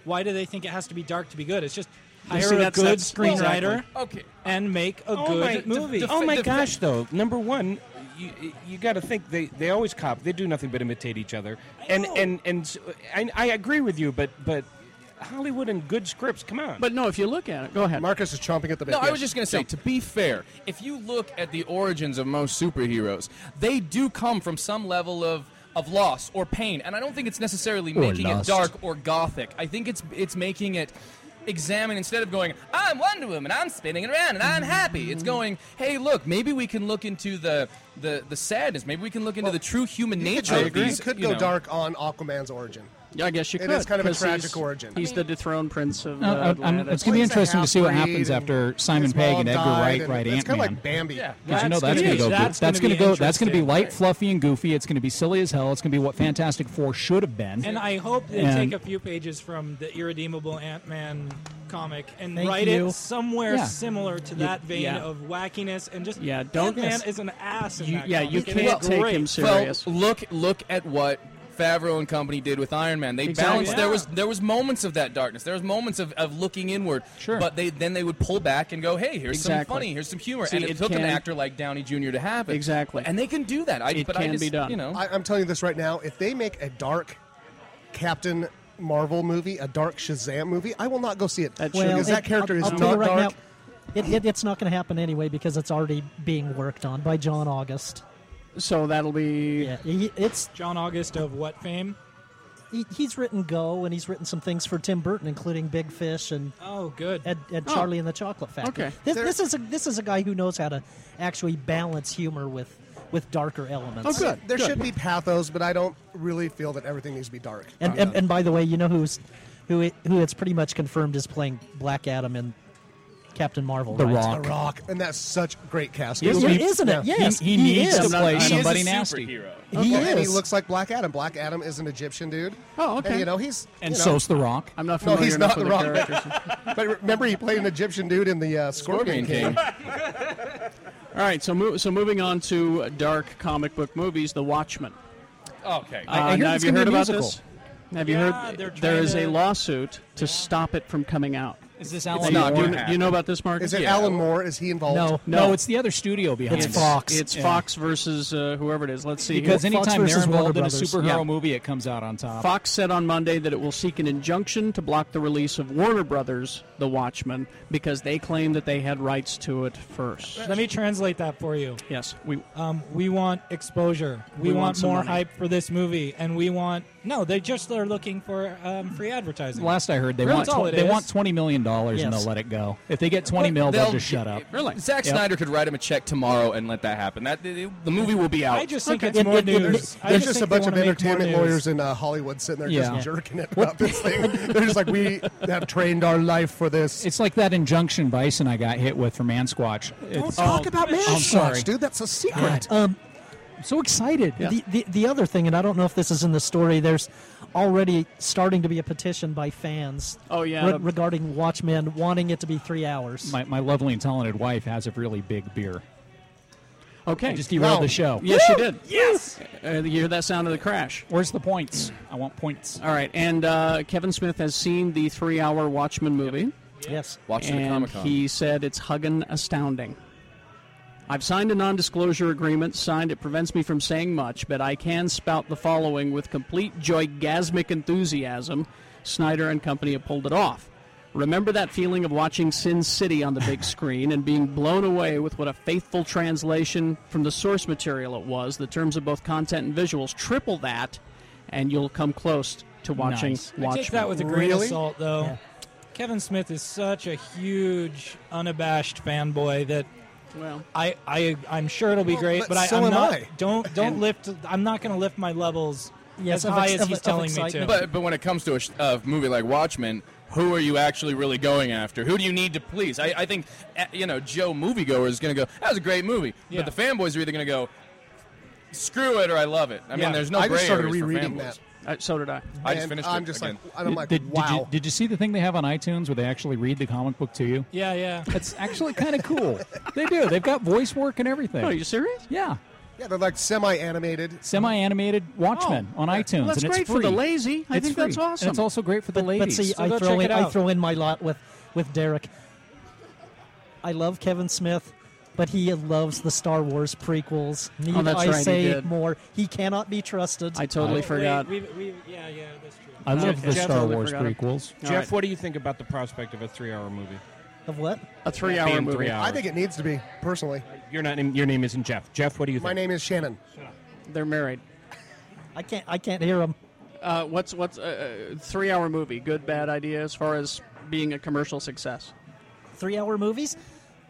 G: Why do they think it has to be dark to be good? It's just hire
A: see,
G: a
A: that's-
G: good
A: that's-
G: screenwriter
E: Okay.
G: and make a
F: Oh my,
G: good
F: the-
G: movie.
F: the- oh my
E: the-
F: gosh, though. Number one, you, you got to think they, they always cop. They do nothing but imitate each other. And and and s- I, I agree with you, but but Hollywood and good scripts. Come on.
A: But no, if you look at it, go ahead.
B: Marcus is chomping at the bit.
E: No, I
B: Yes.
E: was just going to say, to be fair, if you look at the origins of most superheroes, they do come from some level of of loss or pain, and I don't think it's necessarily making
C: lust.
E: it dark or gothic. I think it's it's making it examine instead of going i'm wonder woman i'm spinning around and i'm happy it's going hey look maybe we can look into the the, the sadness maybe we can look into the true human nature
B: You
E: of
B: could-
E: these
B: You could
E: you
B: go
E: know.
B: dark on Aquaman's origin.
A: Yeah, I guess you
B: It
A: could.
B: is kind of a
A: 'cause
B: tragic
A: he's-
B: origin.
A: He's the dethroned prince of.
C: No,
A: uh,
C: I- I'm-
A: Atlantis.
C: it's gonna be
B: It's a
C: interesting to see what
B: half-breed
C: happens
B: and
C: after Simon
B: his
C: Pegg
B: mom
C: and Edgar
B: died,
C: Wright
B: and
C: write
B: It's kind of
C: Ant-Man.
B: like Bambi.
E: yeah
C: Because you know that's
G: gonna
C: going to
G: be-
C: go.
G: that's
C: That's,
G: gonna
C: going
G: be
C: to go. That's going to be
G: interesting,
C: light,
G: right.
C: fluffy, and goofy. It's going to be silly as hell. It's going to be what Fantastic Four should have been.
G: And I hope they
C: And-
G: take a few pages from the Irredeemable Ant Man comic and
D: Thank
G: write
D: you.
G: it somewhere
C: Yeah.
G: similar to that vein
A: yeah.
G: of wackiness and just
A: Yeah, don't-
G: Ant Man
A: Yes.
G: is an ass. In
A: You-
G: that
A: yeah,
G: comic.
A: you
G: It's
A: can't take
G: great.
A: him serious.
E: Well, look look at what Favreau and company did with Iron Man. They
A: Exactly.
E: balanced. There
G: Yeah.
E: was there was moments of that darkness. There was moments of, of looking inward.
C: Sure.
E: But they then they would pull back and go, hey, here's
A: Exactly.
E: some funny, here's some humor,
A: See,
E: and it,
A: it
E: took an
A: can-
E: actor like Downey Jr. to happen.
A: Exactly.
E: And they can do that. I,
A: It
E: but I
A: can
E: just,
A: be done.
E: You know.
B: I, I'm telling you this right now. If they make a dark Captain Marvel movie, a dark Shazam movie, I will not go see it
A: That
B: because
A: should-
D: Well,
B: that
D: it-
B: character
D: I'll,
B: is
D: I'll tell
B: not
D: you right
B: dark.
D: now, it, it, it's not going to happen anyway because it's already being worked on by John August.
A: so that'll be.
D: Yeah, he, it's
G: John August of what fame?
D: he, he's written Go and he's written some things for Tim Burton, including Big Fish and
G: Oh, good.
D: Ed, Ed Charlie and the Chocolate Factory.
A: Okay.
D: This,
B: There-
D: this is a, this is a guy who knows how to actually balance humor with with darker elements.
A: Oh, good.
B: There
A: good.
B: should be pathos, but I don't really feel that everything needs to be dark. Uh,
D: And, and, and by the way, you know who's who it, who it's pretty much confirmed is playing Black Adam in Captain Marvel.
C: the
D: right?
B: The
C: Rock.
B: Rock, and that's such great casting.
D: Yeah,
C: Yes, he-
D: isn't it?
B: yeah.
D: Yes,
C: he, he needs
D: is.
C: to play
A: He is a
C: somebody nasty.
D: He
B: And he
D: is.
B: looks like Black Adam. Black Adam is an Egyptian dude.
A: Oh, okay.
B: And you know he's
C: And
B: you know,
C: so's the Rock.
A: I'm not
B: No,
A: familiar
B: he's
A: enough
B: not the
A: with
B: Rock.
A: the characters.
B: But remember, he played an Egyptian dude in the uh, Scorpion,
E: Scorpion King.
A: All right, so mo- so moving on to dark comic book movies, The Watchmen.
E: okay.
A: Uh,
C: I hear
A: now, have
C: it's
A: you
C: gonna
A: heard
C: be a
A: about
C: musical.
A: this? Have you
G: Yeah, they're
A: heard? There is
G: trying
A: a
G: to-
A: lawsuit to stop it from coming out.
C: Is this
A: Do
C: Alan
A: you,
E: not
A: do you,
E: gonna
A: do you know about this, Mark?
B: Is it
E: Yeah.
B: Alan Moore? Is he involved?
D: No,
A: No.
C: No, it's the other studio behind
D: It's
C: it.
D: Fox.
A: It's
C: Yeah.
A: Fox versus uh, whoever it is. Let's see.
C: Because
A: here.
D: Fox
C: anytime they're
D: versus Warner
C: involved in a
D: Brothers.
C: superhero
A: Yeah.
C: movie, it comes out on top.
A: Fox said on Monday that it will seek an injunction to block the release of Warner Brothers' The Watchmen because they claim that they had rights to it first.
G: Let me translate that for you.
A: Yes, we.
G: Um, we want exposure. We,
A: We want
G: want,
A: some
G: more
A: money.
G: hype for this movie, and we want no. They just are looking for um, free advertising.
C: Last I heard, they
G: Really?
C: want
G: That's all it
C: tw- they
G: is.
C: want twenty million dollars and
D: Yes.
C: they'll let it go. If they get twenty mil, they'll, just shut up.
A: Really?
E: Zack
C: Yep.
E: Snyder could write him a check tomorrow and let that happen. That the, the movie will be out.
G: I just think
D: Okay.
G: it's
D: It-
G: more
D: it- it-
G: news. I
B: There's
G: just
B: just a bunch
G: think they
B: of
G: wanna make more
B: entertainment
G: news.
B: lawyers in uh, Hollywood sitting there
C: Yeah.
B: just jerking it about this thing. They're just like, we have trained our life for this.
C: It's like that injunction Bison I got hit with for Mansquatch. It's,
B: Talk about man
C: I'm sorry.
B: dude. That's a secret.
G: um,
C: I'm so excited.
D: The, the the other thing, and I don't know if this is in the story. There's already starting to be a petition by fans.
A: Oh, yeah, the-
D: regarding Watchmen, wanting it to be three hours.
C: My, my lovely and talented wife has a really big beer.
A: Okay.
C: I just derailed
B: No.
C: the show.
A: yes, you did. Yes. Uh, you hear that sound of the crash?
C: Where's the points? I want points.
A: All right, and uh, Kevin Smith has seen the three-hour Watchmen movie,
D: yes.
E: watched it at
A: and
E: Comic Con.
A: he said it's huggin' astounding. I've signed a non-disclosure agreement. Signed, it prevents me from saying much, but I can spout the following with complete joygasmic enthusiasm. Snyder and company have pulled it off. Remember that feeling of watching Sin City on the big screen and being blown away with what a faithful translation from the source material it was. The terms of both content and visuals triple that, and you'll come close to watching
C: Nice.
A: Watchmen.
G: Take that with a grain
B: Really?
G: of salt, though.
D: Yeah.
G: Kevin Smith is such a huge, unabashed fanboy that
A: well,
G: I, I, I'm sure it'll be
B: Well,
G: great.
B: but
G: But, I,
B: so
G: I'm
B: am
G: not.
B: I.
G: Don't don't lift. I'm not going to lift my levels
D: Yes,
G: as
D: of
G: high
D: ex-
G: as
D: of-
G: he's
D: of
G: telling me to.
D: excitement.
E: But but when it comes to a sh- a movie like Watchmen, who are you actually really going after? Who do you need to please? I, I think, eh, you know, Joe moviegoer is going to go, that was a great movie.
G: Yeah.
E: But the fanboys are either going to go, screw it or I love it. I
G: Yeah.
E: mean, there's no
B: I
E: gray
B: just started
E: areas for
B: rereading
E: fanboys.
B: that.
A: Uh, so did I.
E: I just
B: and
E: finished
B: I'm
E: it
B: just
E: again.
B: like, and I'm like,
C: did,
B: wow.
C: Did you, did you see the thing they have on iTunes where they actually read the comic book to you?
G: Yeah, yeah.
C: It's actually kind of cool. They do. They've got voice work and everything.
A: Oh, are you serious?
C: yeah.
B: yeah, they're like semi-animated.
C: Semi-animated Watchmen
A: Oh,
C: on iTunes,
A: Well, that's
C: and it's
A: great
C: free.
A: for the lazy. I
C: It's
A: think
C: free.
A: that's awesome.
C: And it's also great for the
D: But, but
C: ladies.
D: see,
G: So
D: I
G: go
D: throw
G: check it
D: in I
G: out.
D: throw in my lot with with Derek. I love Kevin Smith, but he loves the Star Wars prequels. Need
A: that's
D: I
A: right, he
D: say
A: did.
D: more? He cannot be trusted.
A: I totally
G: Wait,
A: forgot.
G: we- we- yeah, yeah, that's true.
C: I love the
A: Jeff
C: Star
A: totally
C: Wars
A: forgot it.
C: prequels.
A: All
F: Jeff,
A: right.
F: what do you think about the prospect of a three-hour movie?
D: of what?
A: a three-hour
F: Being
A: movie.
F: three hours.
B: I think it needs to be personally.
F: Your not your name isn't Jeff. Jeff, what do you think?
B: My name is Shannon.
A: They're married.
D: I can't. I can't hear him.
A: Uh, what's what's a uh, three-hour movie? Good, bad idea as far as being a commercial success.
D: Three-hour movies.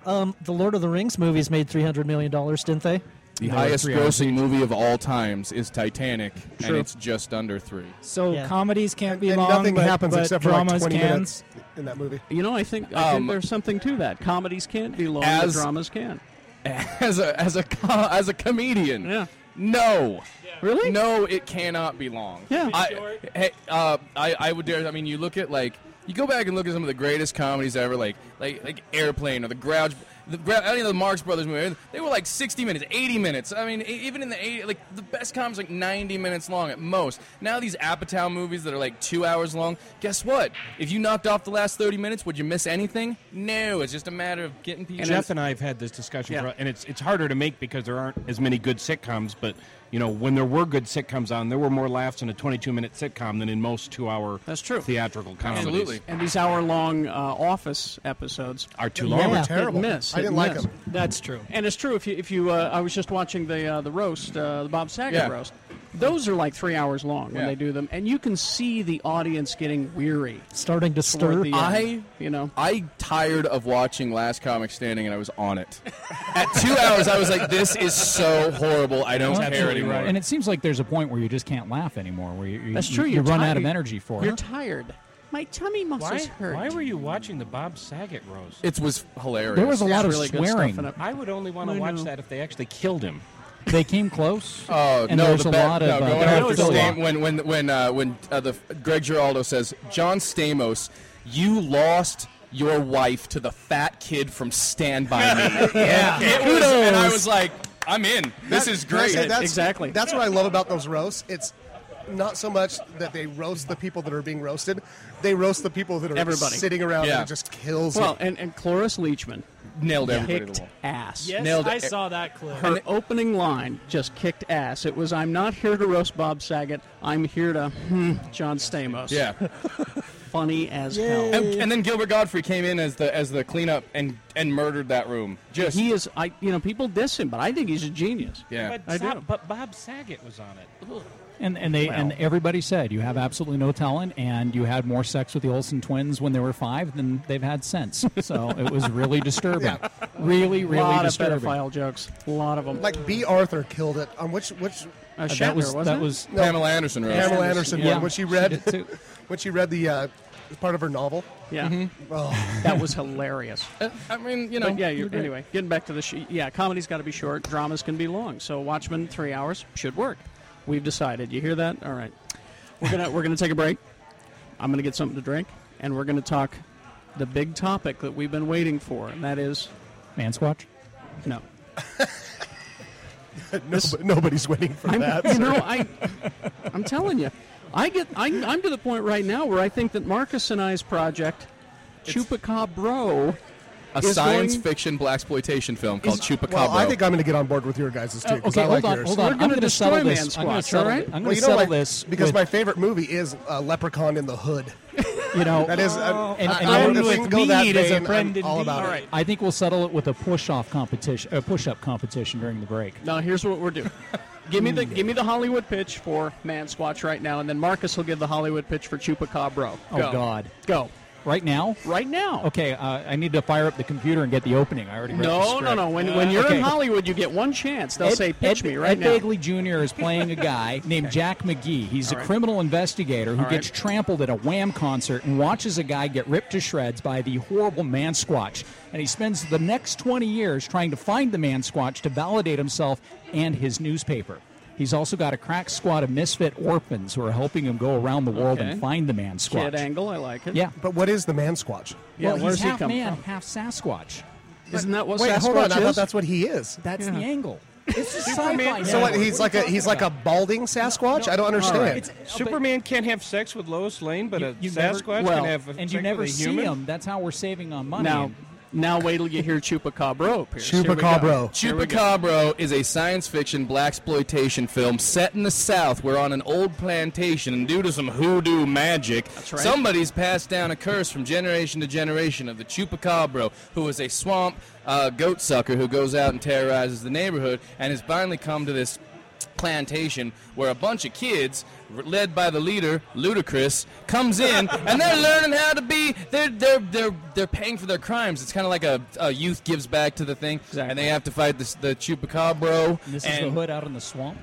D: Um, the Lord of the Rings movies made three hundred million dollars, didn't they?
C: They
E: The
C: were
E: highest
C: three hours
E: grossing movie of all times is Titanic, and
A: True.
E: it's just under three.
G: So
D: Yeah.
G: comedies can't be
B: and
G: long,
B: nothing
G: but,
B: happens
G: but
B: except for like
G: dramas
B: 20
G: can.
B: minutes in that movie.
A: You know, I think I
E: Um,
A: think there's something to that. Comedies can't be long, but
E: As-
A: dramas can.
E: As a as a co- as a comedian,
A: Yeah.
E: no,
A: Really?
E: no, it cannot be long.
A: Yeah. Be
E: I,
G: short.
E: hey, uh, I I would dare. I mean, you look at like you go back and look at some of the greatest comedies ever, like like like Airplane or the Grouch. The, Grouch- I think the Marx Brothers movie. They were like 60 minutes, 80 minutes. I mean, e- even in the 80, like the best comics like 90 minutes long at most. Now these Apatow movies that are like two hours long. Guess what? If you knocked off the last 30 minutes, would you miss anything? No, it's just a matter of getting people.
F: Jeff and I have had this discussion,
A: Yeah.
F: for, and it's it's harder to make because there aren't as many good sitcoms. But you know, when there were good sitcoms on, there were more laughs in a 22-minute sitcom than in most two-hour
A: That's true.
F: theatrical comedies.
E: Absolutely.
A: And these hour-long uh, office episodes
F: Are too
D: Yeah.
F: long.
B: They were
D: Hit
B: terrible.
A: miss,
B: I
A: hit
B: didn't like
A: miss.
B: them.
G: That's true.
A: And it's true if you if you uh, I was just watching the uh, the roast uh, the Bob Saget
E: Yeah.
A: roast. Those are like three hours long when
E: Yeah.
A: they do them, and you can see the audience getting weary.
D: Starting to
A: toward
D: stir.
A: the end,
E: I-
A: you know
E: I tired of watching Last Comic Standing, and I was on it. At two hours, I was like, "This is so horrible. I don't
C: Well,
E: care
C: absolutely
E: anymore."
C: right. And it seems like there's a point where you just can't laugh anymore. Where you, you,
A: that's
C: you-
A: true.
C: You,
A: you're
C: run
A: ti-
C: out of energy for
A: You're
C: it.
A: tired. My tummy muscles
F: Why,
A: hurt.
F: why were you watching the Bob Saget roast?
E: It was hilarious.
C: There was a lot of
A: really good
C: swearing.
A: stuff in it.
F: I would only want to
A: I
F: watch
A: know.
F: that if they actually killed him.
C: They came close.
E: Oh
C: and
E: no!
C: there's
E: the
C: a
E: ba-
C: lot of
E: no,
C: uh,
E: going
C: there
E: after
C: was a
E: Stam-
C: lot-
E: when when when uh, when uh, the Greg Giraldo says John Stamos, you lost your wife to the fat kid from Stand by Me. yeah, it was, and I was like, "I'm in. This
B: That-
E: is
B: can I
E: great."
B: say that's,
A: Exactly.
B: That's what I love about those roasts. It's not so much that they roast the people that are being roasted; they roast the people that are
A: Everybody.
B: sitting around,
E: Yeah.
B: and it just kills.
A: Well,
B: me.
A: and, and Cloris Leachman
E: Nailed everybody to the
A: kicked
E: wall.
A: ass.
G: Yes,
E: Nailed
G: I
E: it.
G: saw that clip.
A: Her opening line just kicked ass. It was, "I'm not here to roast Bob Saget. I'm here to hmm, John Stamos."
E: Yeah.
A: funny as hell.
E: And, and then Gilbert Godfrey came in as the as the cleanup and and murdered that room. Just
A: He is, I you know, people diss him, but I think he's a genius.
E: yeah.
F: But,
A: I
F: Sa-
A: do.
F: but Bob Saget was on it. Ugh.
C: And, and they and everybody said you have absolutely no talent, and you had more sex with the Olsen twins when they were five than they've had since. So it was really disturbing, really,
A: A
C: really
A: lot of
C: disturbing.
A: pedophile jokes. A lot of them.
B: like B. Arthur killed it on which which
A: uh,
C: Uh,
A: Shatner,
C: that was
A: wasn't
C: that
A: it?
C: was
E: Pamela Anderson roast.
B: Pamela Anderson
C: yeah.
B: one when she
C: She
B: read
C: did too.
B: when she read the uh, part of her novel.
A: yeah,
B: Oh,
A: mm-hmm. that was hilarious.
E: Uh, I mean, you know.
A: But yeah, Oh, you're,
E: great.
A: anyway, getting back to the sh- yeah, comedy's got to be short, dramas can be long. So Watchmen, three hours should work. We've decided. You hear that? All right, we're gonna we're gonna take a break. I'm gonna get something to drink, and we're gonna talk the big topic that we've been waiting for, and that is
C: Man Squatch.
A: no.
B: nobo- nobody's waiting for that.
A: you know, I, I'm telling you, I get, I, I'm to the point right now where I think that Marcus and I's project, Chupacabro,
E: A
A: is
E: science
A: going-
E: fiction black exploitation film called Chupacabra.
B: Well, I
A: uh,
B: think I'm going to get on board with your guys' too because
C: Uh, okay,
B: I like
C: hold on,
B: yours.
C: hold on.
A: We're gonna
C: I'm going to
A: destroy
C: settle
A: Man
C: this. I'm
A: Squatch,
C: going to settle,
A: all right?
C: I'm going
B: Well,
C: to
B: you know,
C: settle
B: my,
C: this
B: because
C: with,
B: my favorite movie is uh, Leprechaun in the Hood.
C: you know
B: That is, uh,
C: Oh. And-
B: I,
C: and
B: I,
C: Owen
B: if we
C: with
B: can go that
G: mead is a
B: vein,
G: friend
B: I'm all
G: indeed.
B: about
G: All
B: it.
G: right.
C: I think we'll settle it with a push-off competition, a push-up competition during the break.
A: Now here's what we're doing. give me the give me the Hollywood pitch for Man Squatch right now, and then Marcus will give the Hollywood pitch for Chupacabro.
C: Oh,
A: Go.
C: God.
A: go.
C: right now?
A: right now.
C: Okay, uh, I need to fire up the computer and get the opening. I already read the
A: No,
C: script.
A: no, no. When, when you're
C: Okay.
A: in Hollywood, you get one chance. They'll
C: Ed-
A: say, "Pitch
C: Ed-
A: me right
C: Ed
A: now."
C: Begley Jr. is playing a guy named Jack McGee. He's a criminal investigator who gets trampled at a Wham concert and watches a guy get ripped to shreds by the horrible man squatch. And he spends the next 20 years trying to find the man squatch to validate himself and his newspaper. He's also got a crack squad of misfit orphans who are helping him go around the world
A: Okay.
C: and find the man
A: Kid
C: squatch.
A: angle, I like it.
C: Yeah.
B: But what is the man squatch?
A: Yeah,
C: well,
A: where's
C: he's
A: he
C: half
A: come
C: man,
A: from?
C: half Sasquatch.
A: Isn't that what
B: Wait,
A: Sasquatch
B: hold on. I thought
A: is?
B: that's what he is.
C: That's
A: Yeah.
C: the angle. It's just sci-fi.
B: So what?
C: now.
B: He's
C: are
B: like
C: you
B: a he's
C: talking
B: like a
C: about?
B: balding Sasquatch.
C: no,
B: I don't understand.
C: It's- but-
F: Superman can't have sex with Lois Lane, but
C: You-
F: a
C: you've never-
F: Sasquatch
A: well,
F: can have.
C: and
F: sex
C: you never
F: with a
C: see
F: human?
C: them. That's how we're saving on money.
A: Now,
C: And
A: now wait till you hear Chupacabra. Pierce. Here we go.
B: Chupacabra.
A: Here we go.
E: Chupacabra is a science fiction black exploitation film set in the South. We're on an old plantation, and due to some hoodoo magic,
A: right.
E: somebody's passed down a curse from generation to generation of the Chupacabra, who is a swamp uh, goat sucker who goes out and terrorizes the neighborhood, and has finally come to this plantation where a bunch of kids r- led by the leader ludacris comes in and they're learning how to be they're they're they're, they're paying for their crimes it's kind of like a, a youth gives back to the thing and they have to fight this, the chupacabra
C: this is
E: and
C: the hood out in the swamp.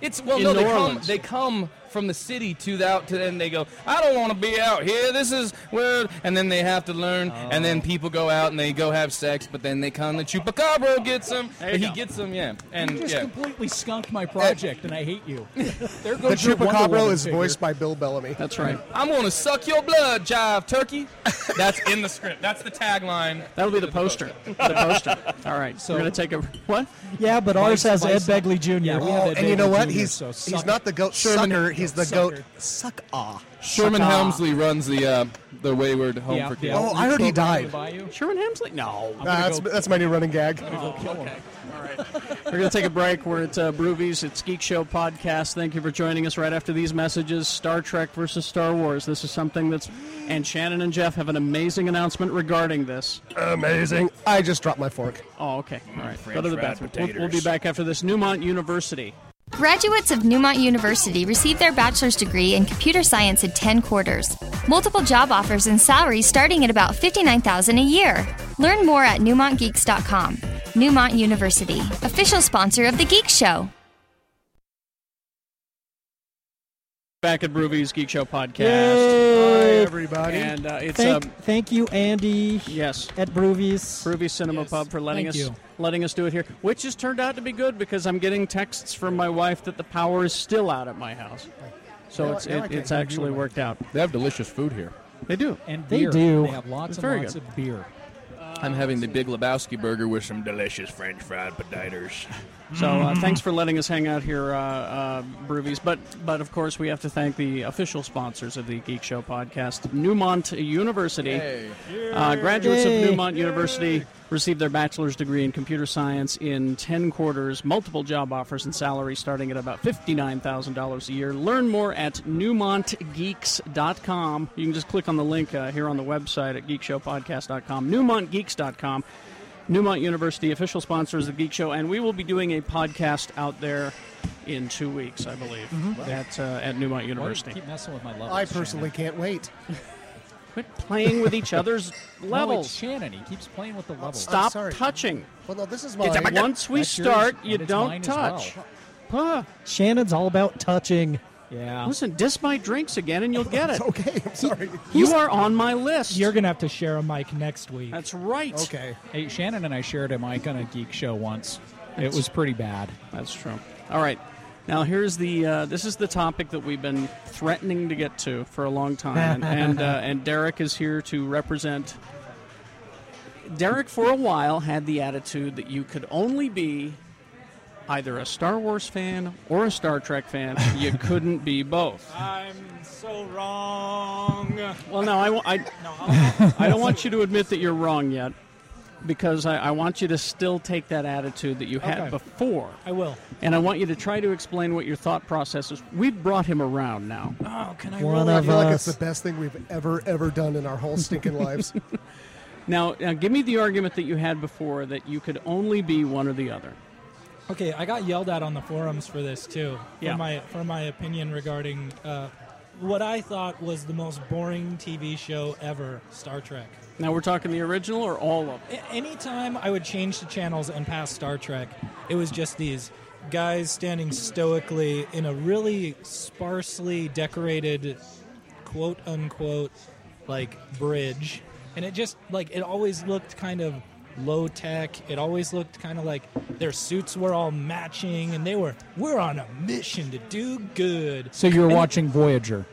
E: it's well
A: In
E: no
A: New
E: they come
A: Orleans.
E: they come from the city to the out to and they go I don't want to be out here this is where and then they have to learn and
A: Oh.
E: then people go out and they go have sex but then they come the chupacabra gets them
A: you
E: he
A: go.
E: gets them yeah and
C: You just
E: Mm, yeah
C: completely skunked my project, and I hate you. there
B: The
C: goes your Wonder
B: Chupacabra
C: Woman
B: is
C: figure.
B: voiced by Bill Bellamy.
A: That's right.
E: I'm gonna suck your blood, Jive Turkey. That's in the script. That's the tagline.
A: That'll be the poster. the poster. All right. So
C: So-
A: we're gonna take a what?
D: Yeah, but ours has Ed
C: Vice-
D: Begley Jr.
C: Yeah, we have
B: Oh,
C: Ed
B: and you know
C: Begley
B: what?
C: Jr.,
B: He's
C: so suck
B: he's
C: it.
B: not the goat
E: Sherman-
B: sucker. He's the
C: Sucker.
B: goat suck ah.
E: Sherman Helmsley runs the uh, the wayward home
C: Yeah,
E: for
C: yeah.
E: kids.
B: Oh, I heard he
C: Program in
B: died.
C: the bayou.
A: Sherman Hemsley? No.
B: Ah, that's
C: go-
B: that's my new running gag.
A: We're going to take a break. We're at uh, Broovies. It's Geek Show Podcast. Thank you for joining us right after these messages Star Trek versus Star Wars. This is something that's. And Shannon and Jeff have an amazing announcement regarding this.
B: Amazing. I just dropped my fork.
A: Oh, okay. All right. Go to the bathroom. We'll, we'll be back after this. Newmont University.
H: Graduates of Newmont University receive their bachelor's degree in computer science in 10 quarters. Multiple job offers and salaries starting at about $59,000 a year. Learn more at newmontgeeks.com. Newmont University, official sponsor of The Geek Show.
A: Back at Broovies Geek Show Podcast.
B: everybody.
A: And uh, it's.
D: Thank,
A: um,
D: thank you, Andy,
A: yes.
D: at Broovies.
A: Broovies Cinema
G: Yes.
A: Pub for letting
G: Thank
A: us
G: you.
A: letting us do it here, which has turned out to be good because I'm getting texts from my wife that the power is still out at my house. So it's
B: now I
A: it,
B: can't
A: it's
B: hear you
A: actually
B: anyway.
A: worked out.
E: They have delicious food here.
A: They do.
C: And
D: They
C: beer.
D: do.
C: They have lots
A: It's
C: and
A: very
C: lots
A: good.
C: of beer.
E: I'm having the Big Lebowski burger with some delicious French fried potatoes.
A: So uh, thanks for letting us hang out here, uh, uh, Broovies. But but of course we have to thank the official sponsors of the Geek Show podcast, Newmont University. Uh, graduates
D: Yay.
A: of Newmont University receive their bachelor's degree in computer science in ten quarters. Multiple job offers and salaries starting at about fifty nine thousand dollars a year. Learn more at NewmontGeeks.com. You can just click on the link uh, here on the website at GeekShowPodcast.com. NewmontGeeks.com. Newmont University official sponsor is the Geek Show, and we will be doing a podcast out there in two weeks, I believe, at uh, at Newmont
C: Mm-hmm. Why do you
A: University.
C: keep messing with my levels?
B: I personally can't wait.
A: Quit playing with each other's
C: Shannon? No, it's
A: levels.
C: Shannon. He keeps playing with the levels.
B: I'm
A: Stop
B: sorry.
A: touching.
B: Well, no, this is my.
A: Once we
C: That's yours,
A: start,
C: and
A: you
C: it's
A: don't
C: mine as well.
A: touch. Huh.
D: Shannon's all about touching.
C: Yeah.
A: Listen, diss my drinks again, and you'll get it.
B: It's okay. I'm sorry.
A: You are on my list.
G: You're gonna have to share a mic next week.
A: That's right.
B: okay.
C: Hey, Shannon and I shared a mic on a geek show once. It was pretty bad.
A: That's true. All right. Now here's the. Uh, this is the topic that we've been threatening to get to for a long time, and and, uh, and Derek is here to represent. Derek, for a while, had the attitude that you could only be either a Star Wars fan or a Star Trek fan. You couldn't be both.
G: I'm so wrong.
A: Well, no, I, wa- I,
G: No, I'll-
A: I don't want you to admit that you're wrong yet, because I, I want you to still take that attitude that you had
G: Okay.
A: before.
G: I will.
A: And I want you to try to explain what your thought process is. We've brought him around now.
G: Oh, can I
D: One
G: roll
B: I
D: of
B: feel like it's
D: us.
B: the best thing we've ever ever done in our whole stinking lives.
A: Now, now give me the argument that you had before that you could only be one or the other.
G: Okay, I got yelled at on the forums for this too. For
A: Yeah.
G: my for my opinion regarding uh, what I thought was the most boring TV show ever, Star Trek.
A: Now we're talking the original or all of them?
G: A- anytime I would change the channels and pass Star Trek, it was just these guys standing stoically in a really sparsely decorated quote unquote like bridge. And it just like it always looked kind of low tech. It always looked kind of like their suits were all matching and they were we're on a mission to do good
C: So you're watching Voyager.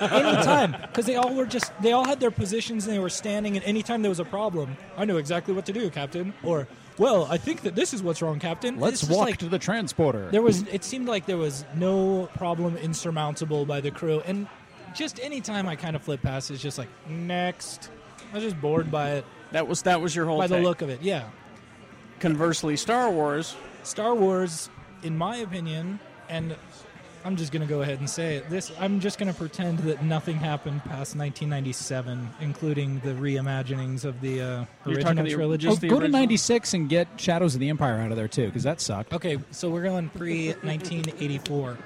G: anytime because they all were just they all had their positions and they were standing and anytime there was a problem i knew exactly what to do captain or well i think that this is what's wrong captain
C: Let's
G: It's just
C: walk
G: like,
C: to the transporter.
G: there was it seemed like there was no problem insurmountable by the crew and just anytime i kind of flip past it's just like next i was just bored by it
A: That was that was your whole.
G: by the
A: take.
G: look of it yeah
A: Conversely, Star Wars.
G: Star Wars, in my opinion, and I'm just going to go ahead and say it. This I'm just going to pretend that nothing happened past 1997, including the reimaginings of the uh,
A: You're
G: original
A: talking the-
G: trilogy.
A: just
C: Oh,
A: the
C: go to
A: original.
C: 96 and get Shadows of the Empire out of there too, because that sucked.
G: okay, so we're going pre 1984,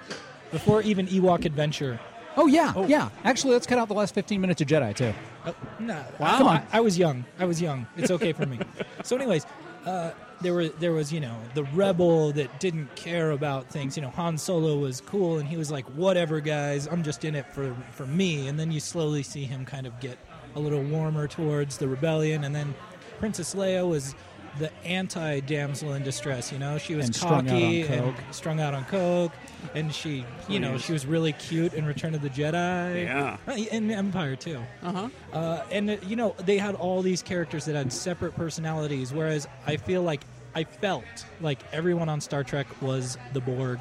G: before even Ewok Adventure.
C: Oh yeah, yeah. Actually, let's cut out the last 15 minutes of Jedi too.
G: Uh, no,
C: Wow.
G: I, I was young. I was young. It's okay for me. so, anyways, uh, there were there was you know the rebel that didn't care about things. You know, Han Solo was cool, and he was like, "Whatever, guys, I'm just in it for for me." And then you slowly see him kind of get a little warmer towards the rebellion, and then Princess Leia was the anti damsel in distress. You know, she was
C: And strung out on
G: cocky and
C: coke.
G: strung out on coke, and she you know she was really cute in Return of the Jedi,
A: Oh,
G: Uh,
A: Yeah.
G: and Empire too.
A: Uh-huh.
G: Uh, and uh, you know they had all these characters that had separate personalities, whereas I feel like I felt like everyone on Star Trek was the Borg.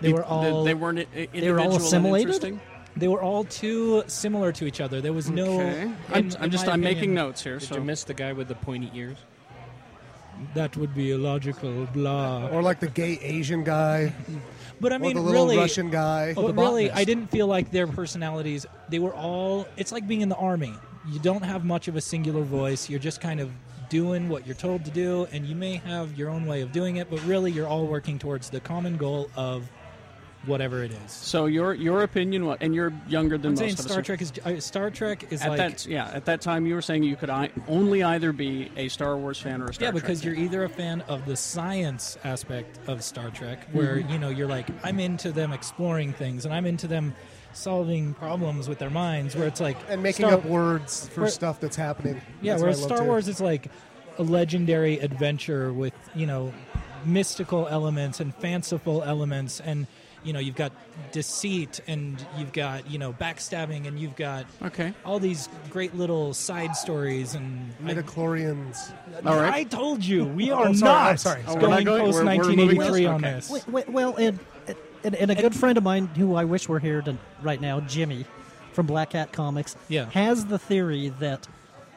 G: They were all
A: They,
G: they,
A: they weren't. i-
D: were all
A: individual and
D: assimilated?
A: interesting?
G: were all too similar to each other. There was no.
A: okay.
G: in-
A: I'm,
G: in
A: I'm just.
G: my
A: I'm
G: opinion,
A: making notes here.
F: Did
A: so
F: you miss the guy with the pointy ears?
G: That would be illogical, blah.
B: Or like the gay Asian guy,
G: But I
B: or
G: mean,
B: the little
G: really,
B: Russian guy.
G: but
C: the
G: really,
C: botanist.
G: I didn't feel like their personalities. They were all. It's like being in the army. You don't have much of a singular voice. You're just kind of doing what you're told to do, and you may have your own way of doing it, but really, you're all working towards the common goal of whatever it is.
A: So your your opinion, wa- and you're younger than
G: I'm
A: most
G: saying
A: of us.
G: Star
A: here.
G: Trek is uh, Star Trek is
A: At
G: like
A: that yeah, at that time you were saying you could I, only either be a Star Wars fan or a Star
G: yeah,
A: Trek
G: because
A: fan.
G: you're either a fan of the science aspect of Star Trek, where
A: Mm-hmm.
G: you know you're like, I'm into them exploring things, and I'm into them solving problems with their minds. Where it's like
B: and making
G: Star-
B: up words for
G: Where-
B: stuff that's happening.
G: Yeah,
B: That's what
G: whereas
B: I love
G: Star
B: too.
G: Wars is like a legendary adventure with, you know, mystical elements and fanciful elements and you know, you've got deceit and you've got, you know, backstabbing and you've got
A: okay.
G: all these great little side stories and
B: midichlorians.
G: I,
A: All right. Oh,
G: I told you we are
B: I'm sorry,
G: not
B: I'm sorry, sorry.
A: We're
G: going
A: not going-
G: post
A: we're- we're moving
G: 1983
A: west?
G: on
A: Okay.
G: this.
D: Wait, wait, well, and, and and a good friend of mine who I wish were here to, right now, Jimmy from Black Hat Comics,
G: Yeah.
D: has the theory that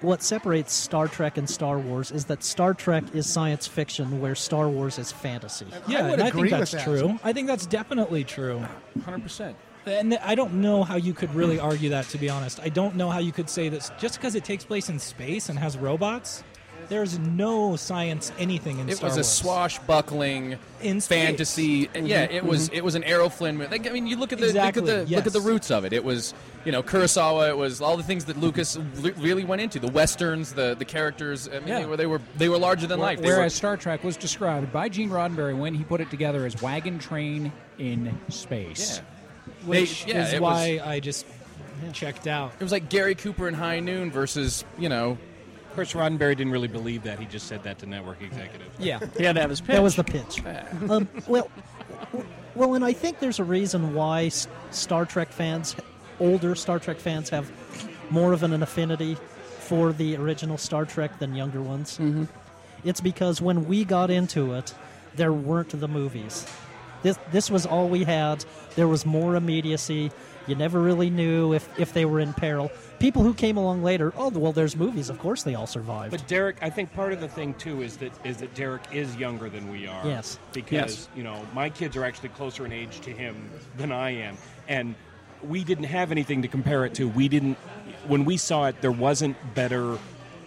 D: what separates Star Trek and Star Wars is that Star Trek is science fiction, where Star Wars is fantasy.
G: Yeah,
B: would
G: and I
B: agree
G: think
B: with
G: that's
B: that.
G: true. I think that's definitely true.
E: 100%.
G: And I don't know how you could really argue that, to be honest. I don't know how you could say that just because it takes place in space and has robots, there's no science anything in
E: It
G: Star
E: was a
G: Wars.
E: swashbuckling
G: In space.
E: fantasy. Yeah,
C: Mm-hmm.
E: it was it was an Errol Flynn movie. Like, I mean, you look at the
G: Exactly,
E: look at the look
G: yes.
E: at the roots of it. It was you know Kurosawa. It was all the things that Lucas l- really went into. The westerns, the the characters. I mean,
G: Yeah.
E: they, were, they were they were larger than life. They were-
C: Whereas Star Trek was described by Gene Roddenberry when he put it together as wagon train in space.
E: yeah.
G: which
E: They- yeah,
G: is
E: it
G: why I just checked out.
E: It was like Gary Cooper in High Noon versus you know
F: Of course, Roddenberry didn't really believe that. He just said that to network executives.
C: Yeah.
A: He had to have his pitch.
D: That was the pitch. um, well, w- well, and I think there's a reason why S- Star Trek fans, older Star Trek fans, have more of an, an affinity for the original Star Trek than younger ones. Mm-hmm. It's because when we got into it, there weren't the movies. This this was all we had. There was more immediacy. You never really knew if, if they were in peril. People who came along later, oh well, there's movies. Of course, they all survived.
F: But Derek, I think part of the thing too is that is that Derek is younger than we are.
D: Yes.
F: Because
A: Yes.
F: you know my kids are actually closer in age to him than I am, and we didn't have anything to compare it to. We didn't when we saw it. There wasn't better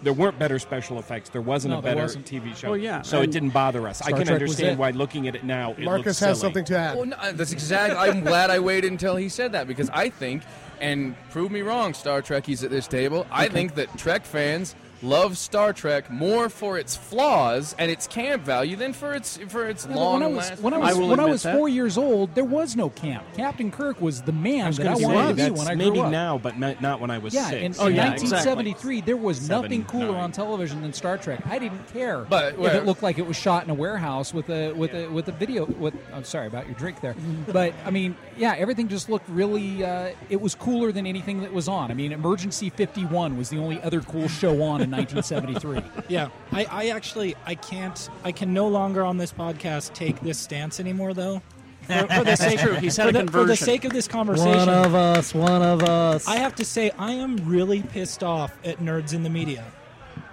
F: there weren't better special effects. There wasn't
G: No,
F: a
G: there
F: better
G: wasn't.
F: TV show.
A: Oh, yeah,
F: So it
A: and
F: didn't bother us. I
C: Star
F: can
C: Trek was
F: understand
C: it.
F: why looking at it now. It
B: Marcus
F: looks
B: has
F: silly.
B: something to add.
E: Well, no, uh, that's exact. I'm glad I waited until he said that because I think, and prove me wrong, Star Trekkies at this table, I think that Trek fans love Star Trek more for its flaws and its camp value than for its for its
C: Yeah, but
E: long
C: when I
E: and
C: was
E: last-
C: when I
A: I
C: was,
A: will
C: when I
A: admit
C: was
A: that.
C: four years old, there was no camp. Captain Kirk was the man
F: I was
C: that I
F: going to
C: wanted
F: say
C: to be
F: that's
C: when I grew
F: maybe
C: up.
F: now, but not, not when I was
C: Yeah,
F: six.
C: in,
A: Oh,
C: in
A: yeah,
C: 1973, there was
F: Seven,
C: nothing cooler
F: nine.
C: on television than Star Trek. I didn't care
E: But
C: if
E: where-
C: it looked like it was shot in a warehouse with a with a with a video. With I'm sorry about your drink there, but I mean, yeah, everything just looked really. Uh, it was cooler than anything that was on. I mean, Emergency 51 was the only other cool show on in 1973.
G: Yeah, I, I actually I can't I can no longer on this podcast take this stance anymore though. For, for the sake,
A: true. He's had
G: for
A: a
G: the, for the
A: conversion.
G: sake of this
D: One
G: conversation,
D: of us, one of us.
G: I have to say I am really pissed off at nerds in the media.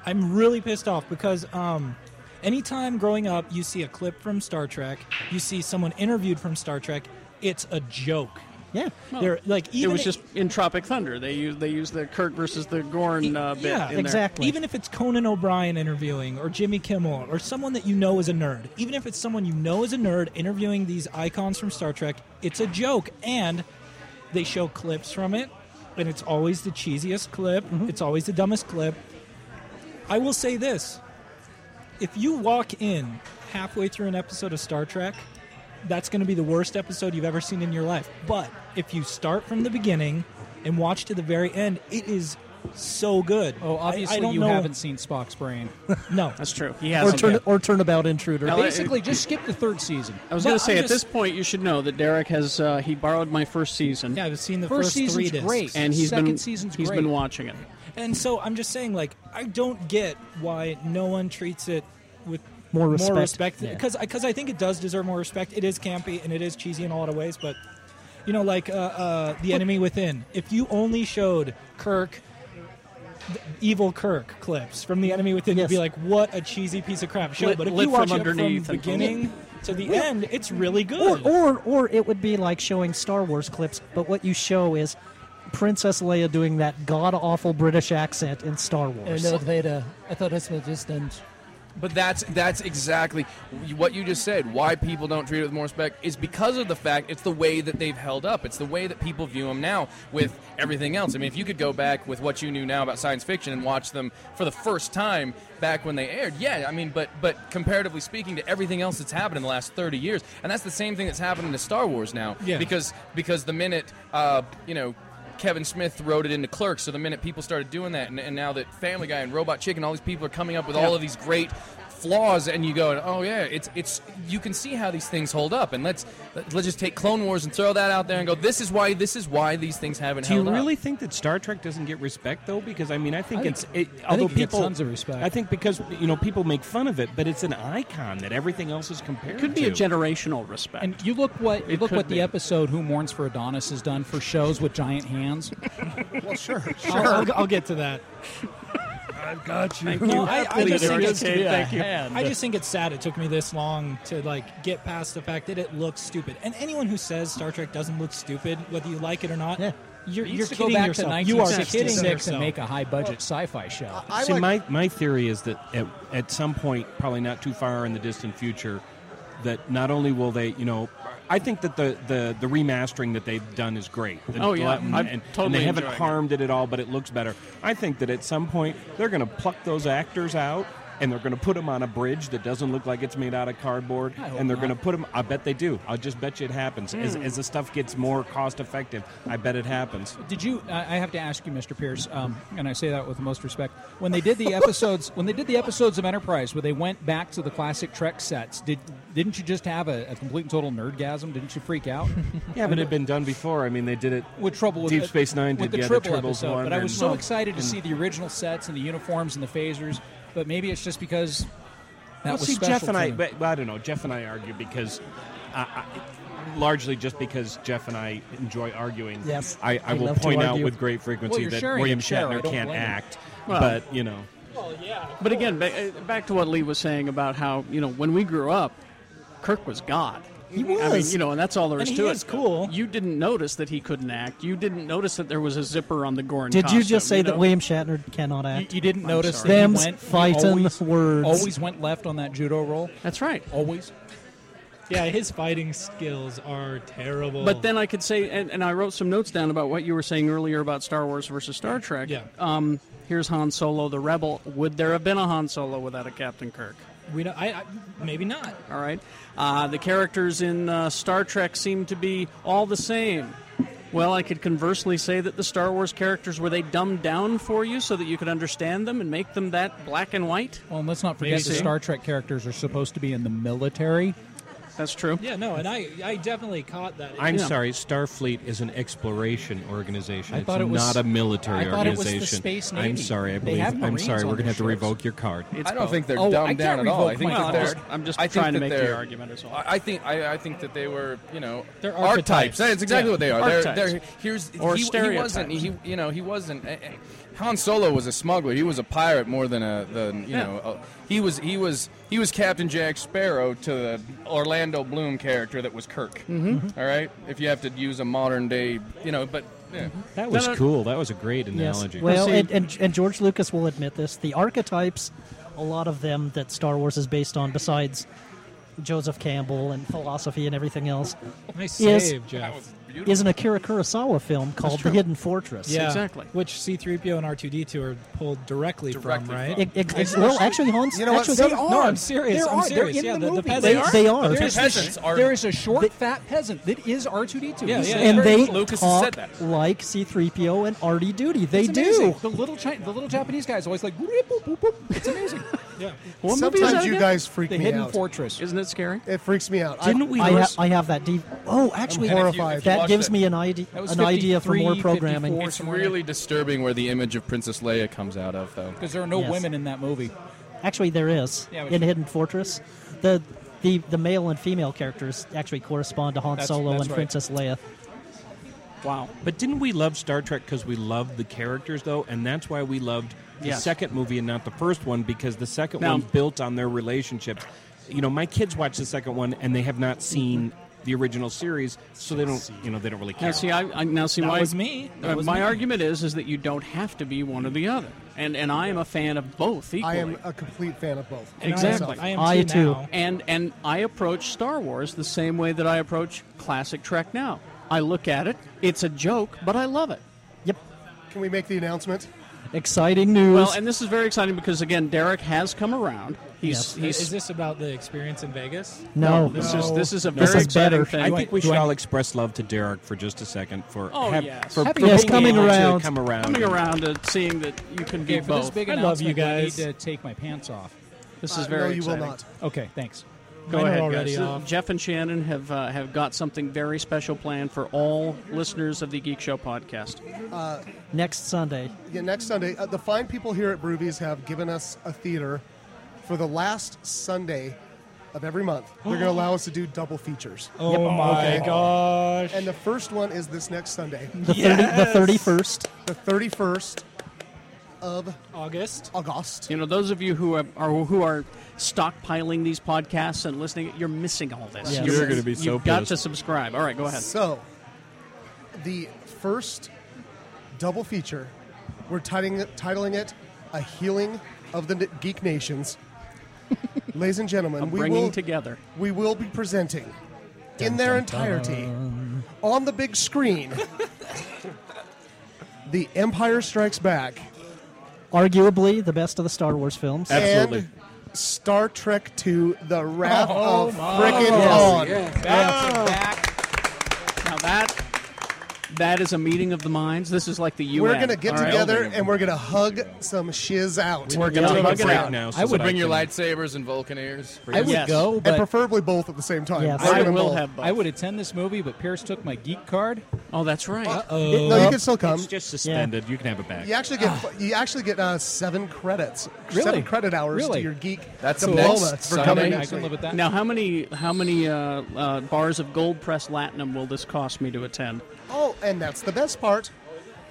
G: I'm really pissed off because um, anytime growing up you see a clip from Star Trek, you see someone interviewed from Star Trek, it's a joke.
D: yeah.
G: They're like
A: Oh. It
G: even
A: was just in Tropic Thunder. They use they use the Kirk versus the Gorn uh, bit.
G: Yeah,
A: in there.
D: exactly.
G: Even if it's Conan O'Brien interviewing or Jimmy Kimmel or someone that you know is a nerd, even if it's someone you know is a nerd interviewing these icons from Star Trek, it's a joke. And they show clips from it, and it's always the cheesiest clip,
A: Mm-hmm.
G: it's always the dumbest clip. I will say this if you walk in halfway through an episode of Star Trek, that's going to be the worst episode you've ever seen in your life. But if you start from the beginning and watch to the very end, it is so good.
C: Oh,
G: I-
C: obviously
G: I, don't
C: you
G: know.
C: haven't seen Spock's brain.
G: No,
A: That's true. He
D: Or,
A: has.
D: turn, or Turnabout Intruder.
A: Now,
C: Basically, just skip the third season.
A: I was
G: No,
A: going to say
G: I'm
A: at
G: just-
A: this point you should know that Derek has uh, he borrowed my first season.
G: yeah, I've seen the
C: First
G: first, three
C: season's
G: discs.
C: great.
A: And he's
C: Second
A: been
C: season's
A: he's
C: great.
A: been watching it.
G: And so I'm just saying, like, I don't get why no one treats it with
D: More respect. Yeah.
G: because I think it does deserve more respect. It is campy and it is cheesy in a lot of ways, but you know, like uh, uh, the enemy within. If you only showed Kirk. the Evil Kirk clips from the enemy within.
D: Yes.
G: You'd be like, "What a cheesy piece of crap show!"
A: Lit-
G: but if
A: lit
G: you watch
A: from
G: it from
A: underneath
G: the
A: and-
G: beginning to the end, it's really good.
D: Or, or, or it would be like showing Star Wars clips, but what you show is Princess Leia doing that god awful British accent in Star Wars.
I: Vader. I thought this was distant.
E: But that's that's exactly what you just said. Why people don't treat it with more respect is because of the fact it's the way that they've held up. It's the way that people view them now with everything else. I mean, if you could go back with what you knew now about science fiction and watch them for the first time back when they aired, yeah, I mean, but but comparatively speaking to everything else that's happened in the last 30 years, and that's the same thing that's happening to Star Wars now.
G: Yeah.
E: Because because the minute uh, you know Kevin Smith wrote it into Clerks. So the minute people started doing that, and, and now that Family Guy and Robot Chicken, all these people are coming up with all of these great flaws, and you go, oh yeah, it's it's you can see how these things hold up, and let's let's just take Clone Wars and throw that out there and go, this is why this is why these things haven't
F: Do you
E: held
F: really
E: up.
F: think that Star Trek doesn't get respect though? Because I mean, I think
C: I
F: it's
C: think-
F: it,
C: I
F: although
C: think it gets
F: people
C: tons of respect.
F: I think because you know people make fun of it, but it's an icon that everything else is compared.
A: Could be a
F: to.
A: generational respect.
C: And you look what you
A: It
C: look
A: could
C: what the
A: be.
C: episode "Who Mourns for Adonis" has done for shows with giant hands.
G: I'll, I'll, I'll get to that. I've got you. No, I, I
A: Please,
G: just think
A: Eric.
G: it's
A: Okay, thank you.
G: I just think it's sad it took me this long to like get past the fact that it looks stupid. And anyone who says Star Trek doesn't look stupid, whether you like it or not,
D: Yeah.
G: you're,
C: You
G: you're
C: used to go
G: kidding
C: back
G: yourself.
C: to
G: you are kidding
C: 1966
G: yourself.
C: and make a high-budget sci-fi show.
B: I
F: See,
B: like-
F: my, my theory is that at, at some point, probably not too far in the distant future, that not only will they, you know, I think that the, the, the remastering that they've done is great. The
A: Oh, yeah.
F: glut-
A: I'm
F: and,
A: totally
F: and they haven't
A: enjoying it.
F: harmed it at all, but it looks better. I think that at some point they're going to pluck those actors out. And they're going to put them on a bridge that doesn't look like it's made out of cardboard.
C: I hope
F: And they're
C: not.
F: going to put them. I bet they do. I'll just bet you it happens.
A: Hmm.
F: As, as the stuff gets more cost effective, I bet it happens.
C: Did you? I I have to ask you, Mr. Pierce, um, and I say that with the most respect. When they did the episodes, when they did the episodes of Enterprise, where they went back to the classic Trek sets, did didn't you just have a, a complete and total nerdgasm? Didn't you freak out?
F: Yeah, but it had been done before. I mean, they did it
C: with trouble with
F: Deep
C: the-
F: Space Nine
C: with
F: did,
C: the
F: yeah, the
C: triple
F: Tribbles
C: episode,
F: one
C: but I was
F: and-
C: so excited to see the original sets and the uniforms and the phasers. But maybe it's just because that
F: well,
C: was
F: see,
C: special
F: Jeff and
C: to
F: I,
C: me.
F: but, well, I don't know. Jeff and I argue because, uh, I, I, largely just because Jeff and I enjoy arguing.
D: Yes,
F: I, I
D: we
F: will
D: love to
F: point out
D: argue.
F: with great frequency
C: you're
F: that
C: sharing
F: William
C: a chair, I
F: Shatner
C: don't
F: can't
C: blame him.
F: act,
A: Well-
F: but you know,
A: But eh, again, ba- uh, back to what Lee was saying about how you know when we grew up, Kirk was God.
D: He was.
A: I mean, you know, and that's all there
G: And
A: is
G: he
A: to
G: is
A: it.
G: cool.
A: You didn't notice that he couldn't act. You didn't notice that there was a zipper on the Gorin.
D: Did you
A: costume,
D: just say that
A: know?
D: William Shatner cannot
C: You,
D: act?
C: you didn't notice
A: sorry.
C: that
D: Them's
C: he went he
D: fightin'
C: always,
D: words.
C: Always went left on that judo roll.
A: That's right.
G: Oh,
C: Always.
G: Yeah, his fighting skills are terrible.
A: But then I could say, and, and I wrote some notes down about what you were saying earlier about Star Wars versus Star Trek.
G: Yeah.
A: Um, here's Han Solo, the Rebel. Would there have been a Han Solo without a Captain Kirk?
G: we don't. I, I maybe not.
A: All right. Uh, the characters in uh, Star Trek seem to be all the same. Well, I could conversely say that the Star Wars characters were they dumbed down for you so that you could understand them and make them that black and white?
C: Well, and let's not forget the
A: Maybe.
C: Star Trek characters are supposed to be in the military.
A: That's true.
G: Yeah, no, and I I definitely caught that.
F: I'm
A: Yeah.
F: sorry, Starfleet is an exploration organization.
C: I
F: it's
C: thought it was-
F: not a military
C: I thought it was the
F: organization.
C: Space
F: I'm
C: Navy.
F: sorry, I
C: They
F: believe.
C: have
F: I'm
C: Marines
F: sorry,
C: on
F: we're gonna
C: their
F: have to
C: ships.
F: revoke your card.
A: It's
E: I don't
A: both.
E: think they're
C: Oh, I
E: dumbed
C: can't
E: down at all.
C: revoke
E: I think
C: my
A: Well,
E: that
A: I'm
C: card.
E: they're,
A: just, I'm just
E: I think
A: trying to
E: that
A: make the
E: they're-
A: argument as well.
E: I I think I, I think that they were you know
G: They're archetypes.
E: archetypes. That's exactly
G: Yeah.
E: what they are. They're-
A: Archetypes.
E: They're, here's
A: Or
E: he, he wasn't
A: stereotypes.
E: he you know he wasn't. eh, eh, Han Solo was a smuggler. He was a pirate more than a than you
A: Yeah.
E: know. A, he was he was he was Captain Jack Sparrow to the Orlando Bloom character that was Kirk. Mm-hmm. right, if you have to use a modern day you know, but yeah.
A: Mm-hmm.
F: That was
A: No, no.
F: cool. That was a great
D: Yes.
F: analogy.
D: Well,
A: See-
D: and, and, and George Lucas will admit this. The archetypes, a lot of them that Star Wars is based on, besides Joseph Campbell and philosophy and everything else,
G: nice
D: Yes.
G: save,
E: Oh,
G: Jeff.
D: is an Akira Kurosawa film called The Hidden Fortress.
G: yeah,
A: exactly.
G: Which C-3PO and R2D2 are pulled directly,
E: Directly
G: from, right?
D: It- it- well, actually, Hans,
B: You know what?
D: actually,
B: They
G: No, I'm serious.
C: There
G: I'm
C: are.
G: serious.
C: They're in
G: yeah,
C: the
G: the, the
C: movie.
G: peasants.
D: They are. They are.
G: There's this-
E: peasants are-
C: There is a short, fat peasant that is R2D2.
G: Yeah,
C: He
G: yeah,
C: said
G: yeah.
C: it
D: and
C: very
D: they
C: clearly.
E: Lucas has
D: talk
E: said that.
D: like C-3PO and Artie Duty. They
C: It's amazing.
D: do.
C: The little Chi- the little Japanese guy is always like, "Boop, boop, boop, boop." it's amazing.
G: Yeah.
A: What movie is that
B: Sometimes you
A: again?
B: guys freak
C: the
B: me
C: Hidden
B: out.
C: Fortress.
A: Isn't it scary?
B: it freaks me out.
F: Didn't we
D: I, ha-
F: list-
D: I have that. D- oh, actually,
E: And if you- if you
D: that
E: watch
D: gives
E: it-
D: me an idea,
C: was
D: an idea for more
C: 53,
D: programming.
C: 54.
E: It's really disturbing where the image of Princess Leia comes out of though.
C: Because there are no
D: Yes.
C: women in that movie.
D: Actually, there is
C: Yeah, but
D: in
C: you-
D: Hidden Fortress. The the the male and female characters actually correspond to Han
C: That's-
D: Solo
C: that's
D: and
C: right.
D: Princess Leia.
A: Wow.
F: But didn't we love Star Trek because we loved the characters, though? And that's why we loved the
A: Yes.
F: second movie and not the first one because the second
A: Now-
F: one built on their relationships. You know, my kids watch the second one and they have not seen the original series, so they don't, you know, they don't really
A: Now
F: care.
A: see, I, I now see
G: That
A: why
G: was me. That
A: uh,
G: was
A: my
G: me.
A: argument is is that you don't have to be one or the other, and and I am a fan of both equally.
B: I am a complete fan of both.
G: And I am-
A: Exactly.
G: I am,
D: I
G: too.
D: too.
G: now.
A: and and I approach Star Wars the same way that I approach classic Trek now. I look at it; it's a joke, but I love it.
D: Yep,
B: Can we make the announcement?
D: exciting news.
A: Well, and this is very exciting because again, Derek has come around. He's
D: Yes.
A: he's
G: Is this about the experience in Vegas?
D: no,
A: this is this is a
D: This
A: very
D: is better.
A: exciting
F: I
A: thing.
F: think we
C: do
F: should
C: I-
F: all express love to Derek for just a second for,
A: Oh,
F: hav-
A: yes.
F: for,
C: Happy
F: for
C: yes,
F: being
D: coming
F: able
D: around.
F: to come around.
A: coming around to seeing that you can
C: Okay,
A: be
C: for this
A: both.
C: big
G: I love you
C: announcement,
G: guys.
C: I need to take my pants off.
A: This is
B: Uh,
A: very
B: no, you
A: exciting.
B: will not.
C: Okay, thanks.
A: Go
G: Mine are
A: ahead,
G: already
A: guys.
G: off.
A: Jeff and Shannon have uh, have got something very special planned for all listeners of the Geek Show podcast.
D: next Sunday.
B: Yeah, next Sunday, uh, the fine people here at Broovies have given us a theater for the last Sunday of every month. They're going to allow us to do double features.
G: Oh my gosh.
B: And the first one is this next Sunday,
D: The thirty the thirty first.
B: the 31st of
G: August.
B: August.
A: You know, those of you who are, are who are stockpiling these podcasts and listening, you're missing all this.
D: Yes.
A: You're,
F: You're gonna be so
A: You've got
F: pissed.
A: to subscribe. All right, go ahead.
B: So, the first double feature, we're titling it, titling it A Healing of the N- Geek Nations. Ladies and gentlemen,
A: A
B: we
A: bringing
B: will
A: together.
B: we will be presenting in their entirety on the big screen The Empire Strikes Back
D: Arguably the best of the Star Wars films.
F: Absolutely.
B: and Star Trek II: The Wrath of Frickin' Han. Oh.
A: Now that that is a meeting of the minds. This is like the UN.
B: We're gonna get
A: all right?
B: together and we're gonna hug some shiz out.
A: We're gonna
F: Take
A: hug
F: a
A: it
F: break
A: out.
F: now. so
C: I would
F: that
E: Bring your
F: can-
E: lightsabers and Vulcaneers.
C: I would
A: Yes.
C: go,
B: and
C: but
B: preferably both at the same time.
D: Yes.
B: Bring
A: I
B: them
A: will
B: both.
A: have both.
C: I would attend this movie, but Pierce took my geek card.
A: Oh, that's right.
B: It- no, you can still come.
F: It's just suspended. You can have it back.
B: You actually get you actually get uh, seven credits,
C: Really?
B: seven credit hours to
C: Really?
B: your geek
E: That's a
B: diploma
E: next
B: for
E: Sunday.
B: coming
C: I
B: next
C: can
B: week.
C: live with that.
A: Now, how many how many uh, uh, bars of gold pressed latinum will this cost me to attend?
B: Oh, and that's the best part.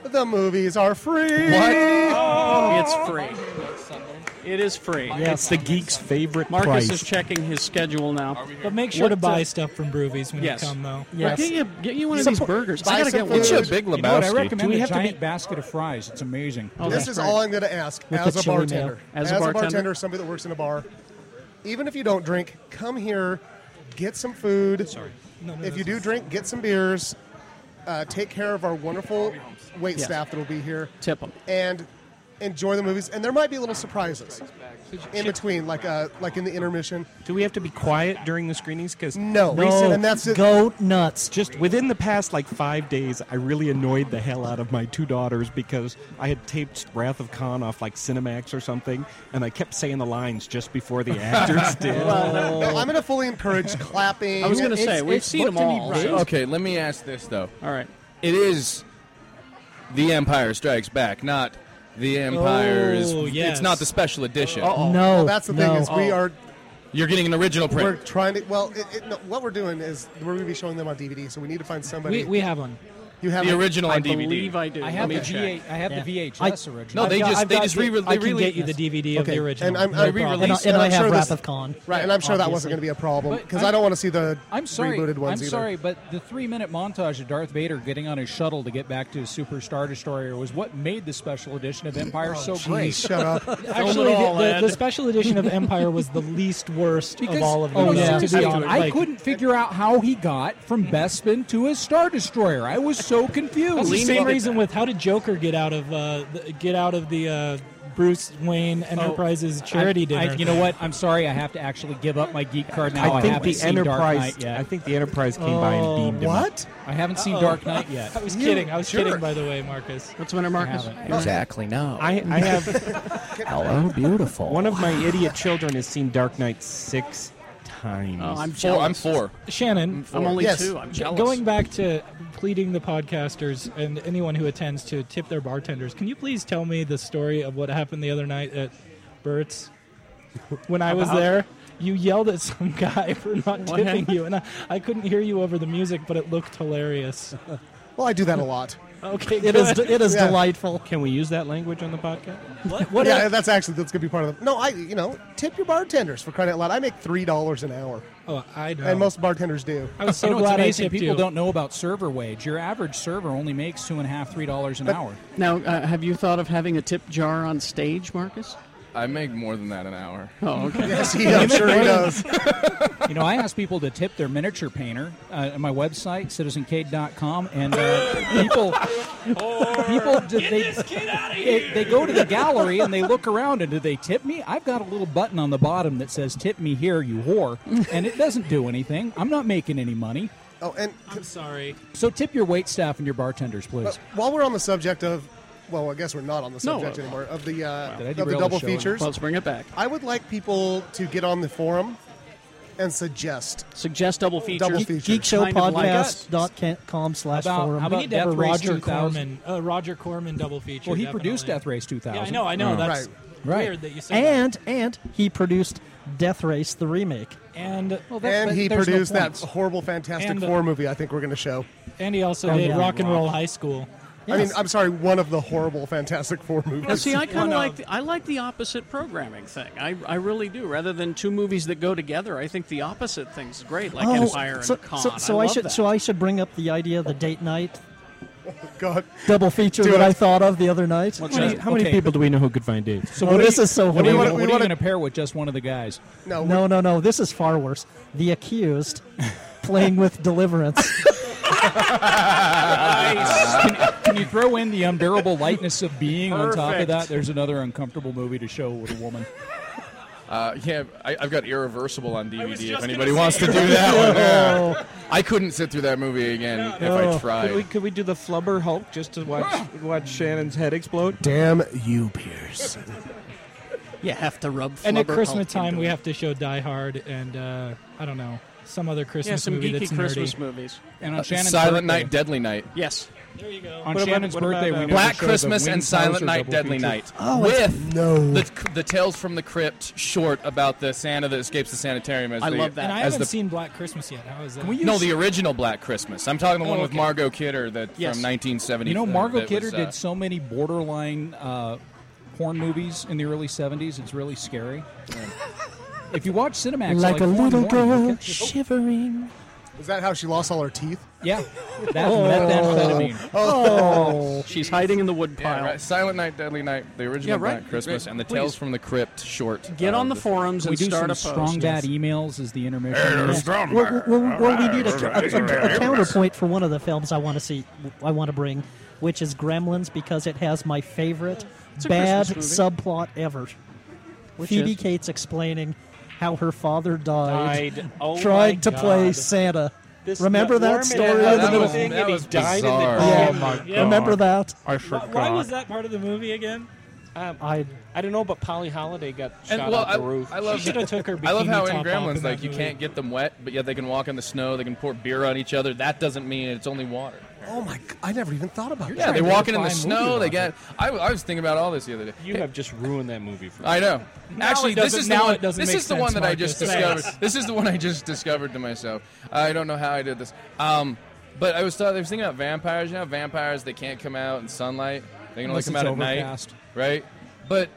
B: The movies are free.
E: What?
A: It's free. It is free.
F: It's the geek's favorite
A: Marcus
F: price.
A: is checking his schedule now.
G: But make sure
A: What
G: to buy
A: the-
G: stuff from Broovies when
A: Yes.
G: you come, though.
A: Yes. Get you, get you one of these burgers. I gotta get one.
E: Get you a big Lebowski.
C: You know what? I recommend
F: we
C: a
F: have to
C: giant
F: be-
C: basket of fries. It's amazing.
A: Oh,
B: this
A: that's
B: is
A: great.
B: all I'm going to ask as
D: the
B: a
D: chili mayo.
B: bartender.
A: As a bartender?
B: somebody that works in a bar, even if you don't drink, come here, get some food. Sorry.
G: No, no,
B: if
G: no,
B: you do drink, get some beers. Uh, take care of our wonderful wait staff that will be here.
A: Tip 'em.
B: And enjoy the movies. And there might be little surprises in between, like uh, like in the intermission.
F: Do we have to be quiet during the screenings? Because
B: No.
D: No,
B: and that's it.
D: go nuts.
F: just within the past like five days, I really annoyed the hell out of my two daughters because I had taped Wrath of Khan off like Cinemax or something, and I kept saying the lines just before the actors did.
B: No, I'm going to fully encourage clapping.
A: I was gonna say
E: It's-
A: we've
E: it's
A: seen
E: what
A: them
E: do you
A: all.
E: need-
A: so-
E: Okay, let me ask this though.
A: All right.
E: It is The Empire Strikes Back, not The Empire's.
G: Oh, yes.
E: It's not the special edition.
A: Oh,
D: No,
B: Well, that's the
D: no.
B: thing is we are
E: You're getting an original
B: we're
E: print.
B: trying to well it, it, no, what we're doing is we're going to be showing them on DVD so we need to find somebody
G: We, we have one.
B: you have
E: the original
A: I
E: on DVD.
A: believe I do.
C: I
A: Let
C: have
A: me
C: the
A: check.
C: VH. I have
D: Yeah.
C: the VHS original.
E: No, they
G: I've
E: just
G: got-
E: they
G: I've
E: just
G: got
E: re
G: the-
E: they
G: I can get
E: released-
G: you the DVD of
B: Okay,
G: the original.
B: and I'm-
G: No
B: I'm-
G: problem.
E: re-released-
D: And, I- and
B: uh, I'm
D: I have
B: sure
D: Wrath
B: this-
D: of Khan.
B: Right, and I'm sure that
D: obviously.
B: wasn't going to be a problem
C: But
B: because
C: I'm-
B: I don't want to see the
C: I'm sorry.
B: rebooted
C: I'm
B: ones either.
C: sorry, but the three-minute montage of Darth Vader getting on his shuttle to get back to his Super Star Destroyer was what made the special edition of Empire so
B: Please
C: great.
B: shut up.
G: Actually,
A: it all,
G: the, the, the
A: Ed.
G: special edition of Empire was the least worst
C: Because,
G: of all of them.
C: oh yeah,
G: to be honest.
C: I
G: Like,
C: couldn't figure out how he got from Bespin to his Star Destroyer. I was so confused.
G: That's the same reason with how did Joker get out of uh, the, get out of the uh, Bruce Wayne Enterprises charity
C: I- I-
G: dinner?
C: you know what? I'm sorry. I have to actually give up my geek card now.
F: I think
C: haven't
F: the
C: seen Dark
F: Enterprise.
C: Knight yet.
F: I think the Enterprise came by and
G: Oh,
F: beamed him. up.
B: what?
C: I haven't seen Dark Knight yet.
G: I was kidding. I was kidding, by the way, Marcus.
A: What's the matter, Marcus?
C: haven't.
J: Exactly. No.
F: I, I have
J: Hello, beautiful.
F: one of my idiot children has seen Dark Knight six times.
A: Oh, I'm
E: Four,
A: jealous.
E: I'm four.
G: Shannon,
A: I'm only
B: Yes.
A: two. I'm jealous.
G: going back to pleading the podcasters and anyone who attends to tip their bartenders, can you please tell me the story of what happened the other night at Burt's? When I was there, you yelled at some guy for not tipping
A: happened?
G: you, and I, I couldn't hear you over the music, but it looked hilarious.
B: Well, I do that a lot.
G: Okay,
D: It is it is
B: Yeah.
D: delightful.
F: Can we use that language on the podcast?
G: What, what
B: yeah, that's actually that's going to be part of the. No, I you know tip your bartenders for crying out loud. I make three dollars an hour,
G: oh, I know.
B: and most bartenders do.
G: I was so
C: you know, it's
G: glad I
C: amazing.
G: tipped
C: People
G: you.
C: don't know about server wage. Your average server only makes two and a half, three dollars an hour.
A: now, uh, have you thought of having a tip jar on stage, Marcus?
E: I make more than that an hour.
A: Oh, okay.
B: Yes, he, I'm sure he does.
C: You know, I ask people to tip their miniature painter uh, at my website, citizencade.com, and uh, people, people, do, they, they, they go to the gallery and they look around and do they tip me? I've got a little button on the bottom that says "Tip me here, you whore," and it doesn't do anything. I'm not making any money,
B: Oh, and
G: I'm sorry.
C: so tip your wait staff and your bartenders, please.
B: but while we're on the subject of, well, I guess we're not on the
A: No,
B: subject
A: uh,
B: anymore of the uh,
C: Did I
B: of
C: derail
B: the
C: the
B: double
C: show?
B: features.
A: Let's bring it back.
B: I would like people to get on the forum and suggest.
A: Suggest double features.
B: Double features.
A: Kind of like us.
D: Geekshowpodcast.com slash
C: About-
D: forum.
C: how
G: We
C: about
G: need to have a
C: Death Race
G: Roger
C: 2000?
G: Corman, uh, Roger Corman double feature.
C: well, he
G: definitely.
C: produced Death Race 2000.
G: Yeah, I know, I know. That's
B: Right.
C: Right.
G: weird that you said
D: and and he produced Death Race the remake.
G: that. And
C: Well, that-
B: And
C: but
B: he
C: there's no
B: produced that
C: point.
B: horrible Fantastic
G: And the-
B: Four movie. I think we're going to show.
G: and he also
D: Oh,
G: did
D: yeah.
G: Rock and Roll High School.
B: I mean, I'm sorry, one of the horrible Fantastic Four movies.
A: Now, see, I kind of
G: One of-
A: like the, I like the opposite programming thing. I, I really do. Rather than two movies that go together, I think the opposite thing's great, like Empire
D: Oh, so,
A: and Con.
D: so, so
A: I,
D: I,
A: love
D: should
A: that.
D: so I should bring up the idea of the date night
B: God,
D: double feature
B: Do
D: that
B: it.
D: I thought of the other night.
F: How many, how many
C: Okay.
F: people do we know who could find dates?
C: So
D: Oh,
C: what
D: this
C: are you-
D: is so
C: What are you,
D: horrible.
C: what
B: We
C: are you
B: wanna-
C: going to pair with just one of the guys?
B: no,
D: No, no, no. This is far worse. The accused playing with deliverance.
C: Can you throw in the unbearable lightness of being on top of
A: Perfect.
C: that? There's another uncomfortable movie to show with a woman.
E: Uh, yeah, I, I've got Irreversible on DVD. If anybody wants to do that one, yeah. I couldn't sit through that movie again
A: Oh.
E: if I tried.
F: Could we, could we do the flubber Hulk just to watch watch Shannon's head explode?
B: Damn you, Pierce.
A: you have to rub.
G: And at Christmas time, we have to show Die Hard and uh, I don't know some other Christmas
A: yeah some
G: movie
A: geeky
G: that's
A: Christmas
G: nerdy.
A: movies.
F: uh,
C: And on Shannon's
E: Uh, Silent
C: birthday,
E: Night, Deadly Night.
A: Yes,
G: There you go.
C: On
F: What about-
C: Shannon's
F: what about,
C: birthday,
F: uh,
C: we
E: Black
C: never showed
E: Christmas
C: the
E: and
C: Wings
E: Silent
F: Hauser
E: Night,
F: double
E: Deadly
F: feature.
E: Night.
D: Oh, it's-
E: with
B: no.
E: the, the Tales from the Crypt short about the Santa that escapes the sanitarium. As
A: I
E: the-
A: love that.
G: And I
E: as
G: haven't
E: the-
G: seen Black Christmas yet. How is that?
C: we use-
E: No, the original Black Christmas. I'm talking the one with
G: okay.
E: Margot Kidder that
A: Yes.
E: from 1970.
C: You know,
E: uh,
C: Margot
E: that was,
C: Kidder
E: uh,
C: did so many borderline uh, porn movies in the early 70s. It's really scary. if you watch Cinemax,
I: like a
C: four in the
I: little
C: morning, you'll
I: girl
C: catch it.
I: shivering.
B: Is that how she lost all her teeth?
C: Yeah, that
I: Oh.
C: methamphetamine.
B: Oh.
A: She's hiding in the wood
E: Yeah,
A: pile.
E: right. Silent Night, Deadly Night, the original
A: Yeah, right.
E: Black Christmas,
A: Right.
E: and the
A: Please.
E: Tales from the Crypt short.
A: Get
E: uh,
A: on the
E: this-
A: forums
C: we
A: and
C: do
A: start
C: some
A: a
C: strong
A: post.
C: bad e- emails as the intermission.
D: Well, well, well, we need a, a- a- a counterpoint for one of the films I want to see. I want to bring, which is Gremlins, because it has my favorite
A: a
D: bad
A: Christmas movie.
D: subplot ever.
A: Which
D: Phoebe
A: is?
D: Cates explaining how her father died,
F: Died. Oh
D: trying to
F: my
D: play
F: God.
D: Santa.
F: This
D: Remember
F: nut
D: that
F: worm and
D: story
F: that
D: in the
F: other
D: middle?
F: thing,
E: That
F: and he
E: was
F: died in the
E: bizarre.
F: damn-
D: Oh
G: my
F: Yeah.
D: Remember that?
J: I
G: Why, why was that part of the movie again?
F: Um,
D: I
F: I don't know, but Polly Holiday got
E: And,
F: shot
E: well,
F: off
E: I-
F: the roof.
E: I love
G: She should have took her.
E: I love
G: bikini
E: how
G: top
E: in
G: off
E: Gremlins,
G: in that
E: like you
G: movie.
E: can't get them wet, but yet they can walk in the snow. They can pour beer on each other. That doesn't mean it's only water.
B: Oh my! g- I never even thought about
E: Yeah,
B: that.
E: they
C: to
E: walking in the
C: define
E: snow.
C: movie
E: They
C: logic.
E: get. I, I was thinking about all this the other day.
F: you have just ruined that movie for me.
E: I know.
G: Now
E: Actually,
G: it
E: this
G: doesn't-
E: is
G: now
E: the one.
G: it doesn't
E: this
G: make
E: is the
G: sense,
E: one that I just
G: Marcus.
E: discovered.
G: Thanks.
E: This is the one I just discovered to myself. I don't know how I did this. Um, but I was, thought, I was thinking about vampires. You know, vampires they can't come out in sunlight. They can only
C: Unless
E: come out
C: it's
E: at night,
C: overcast.
E: right? But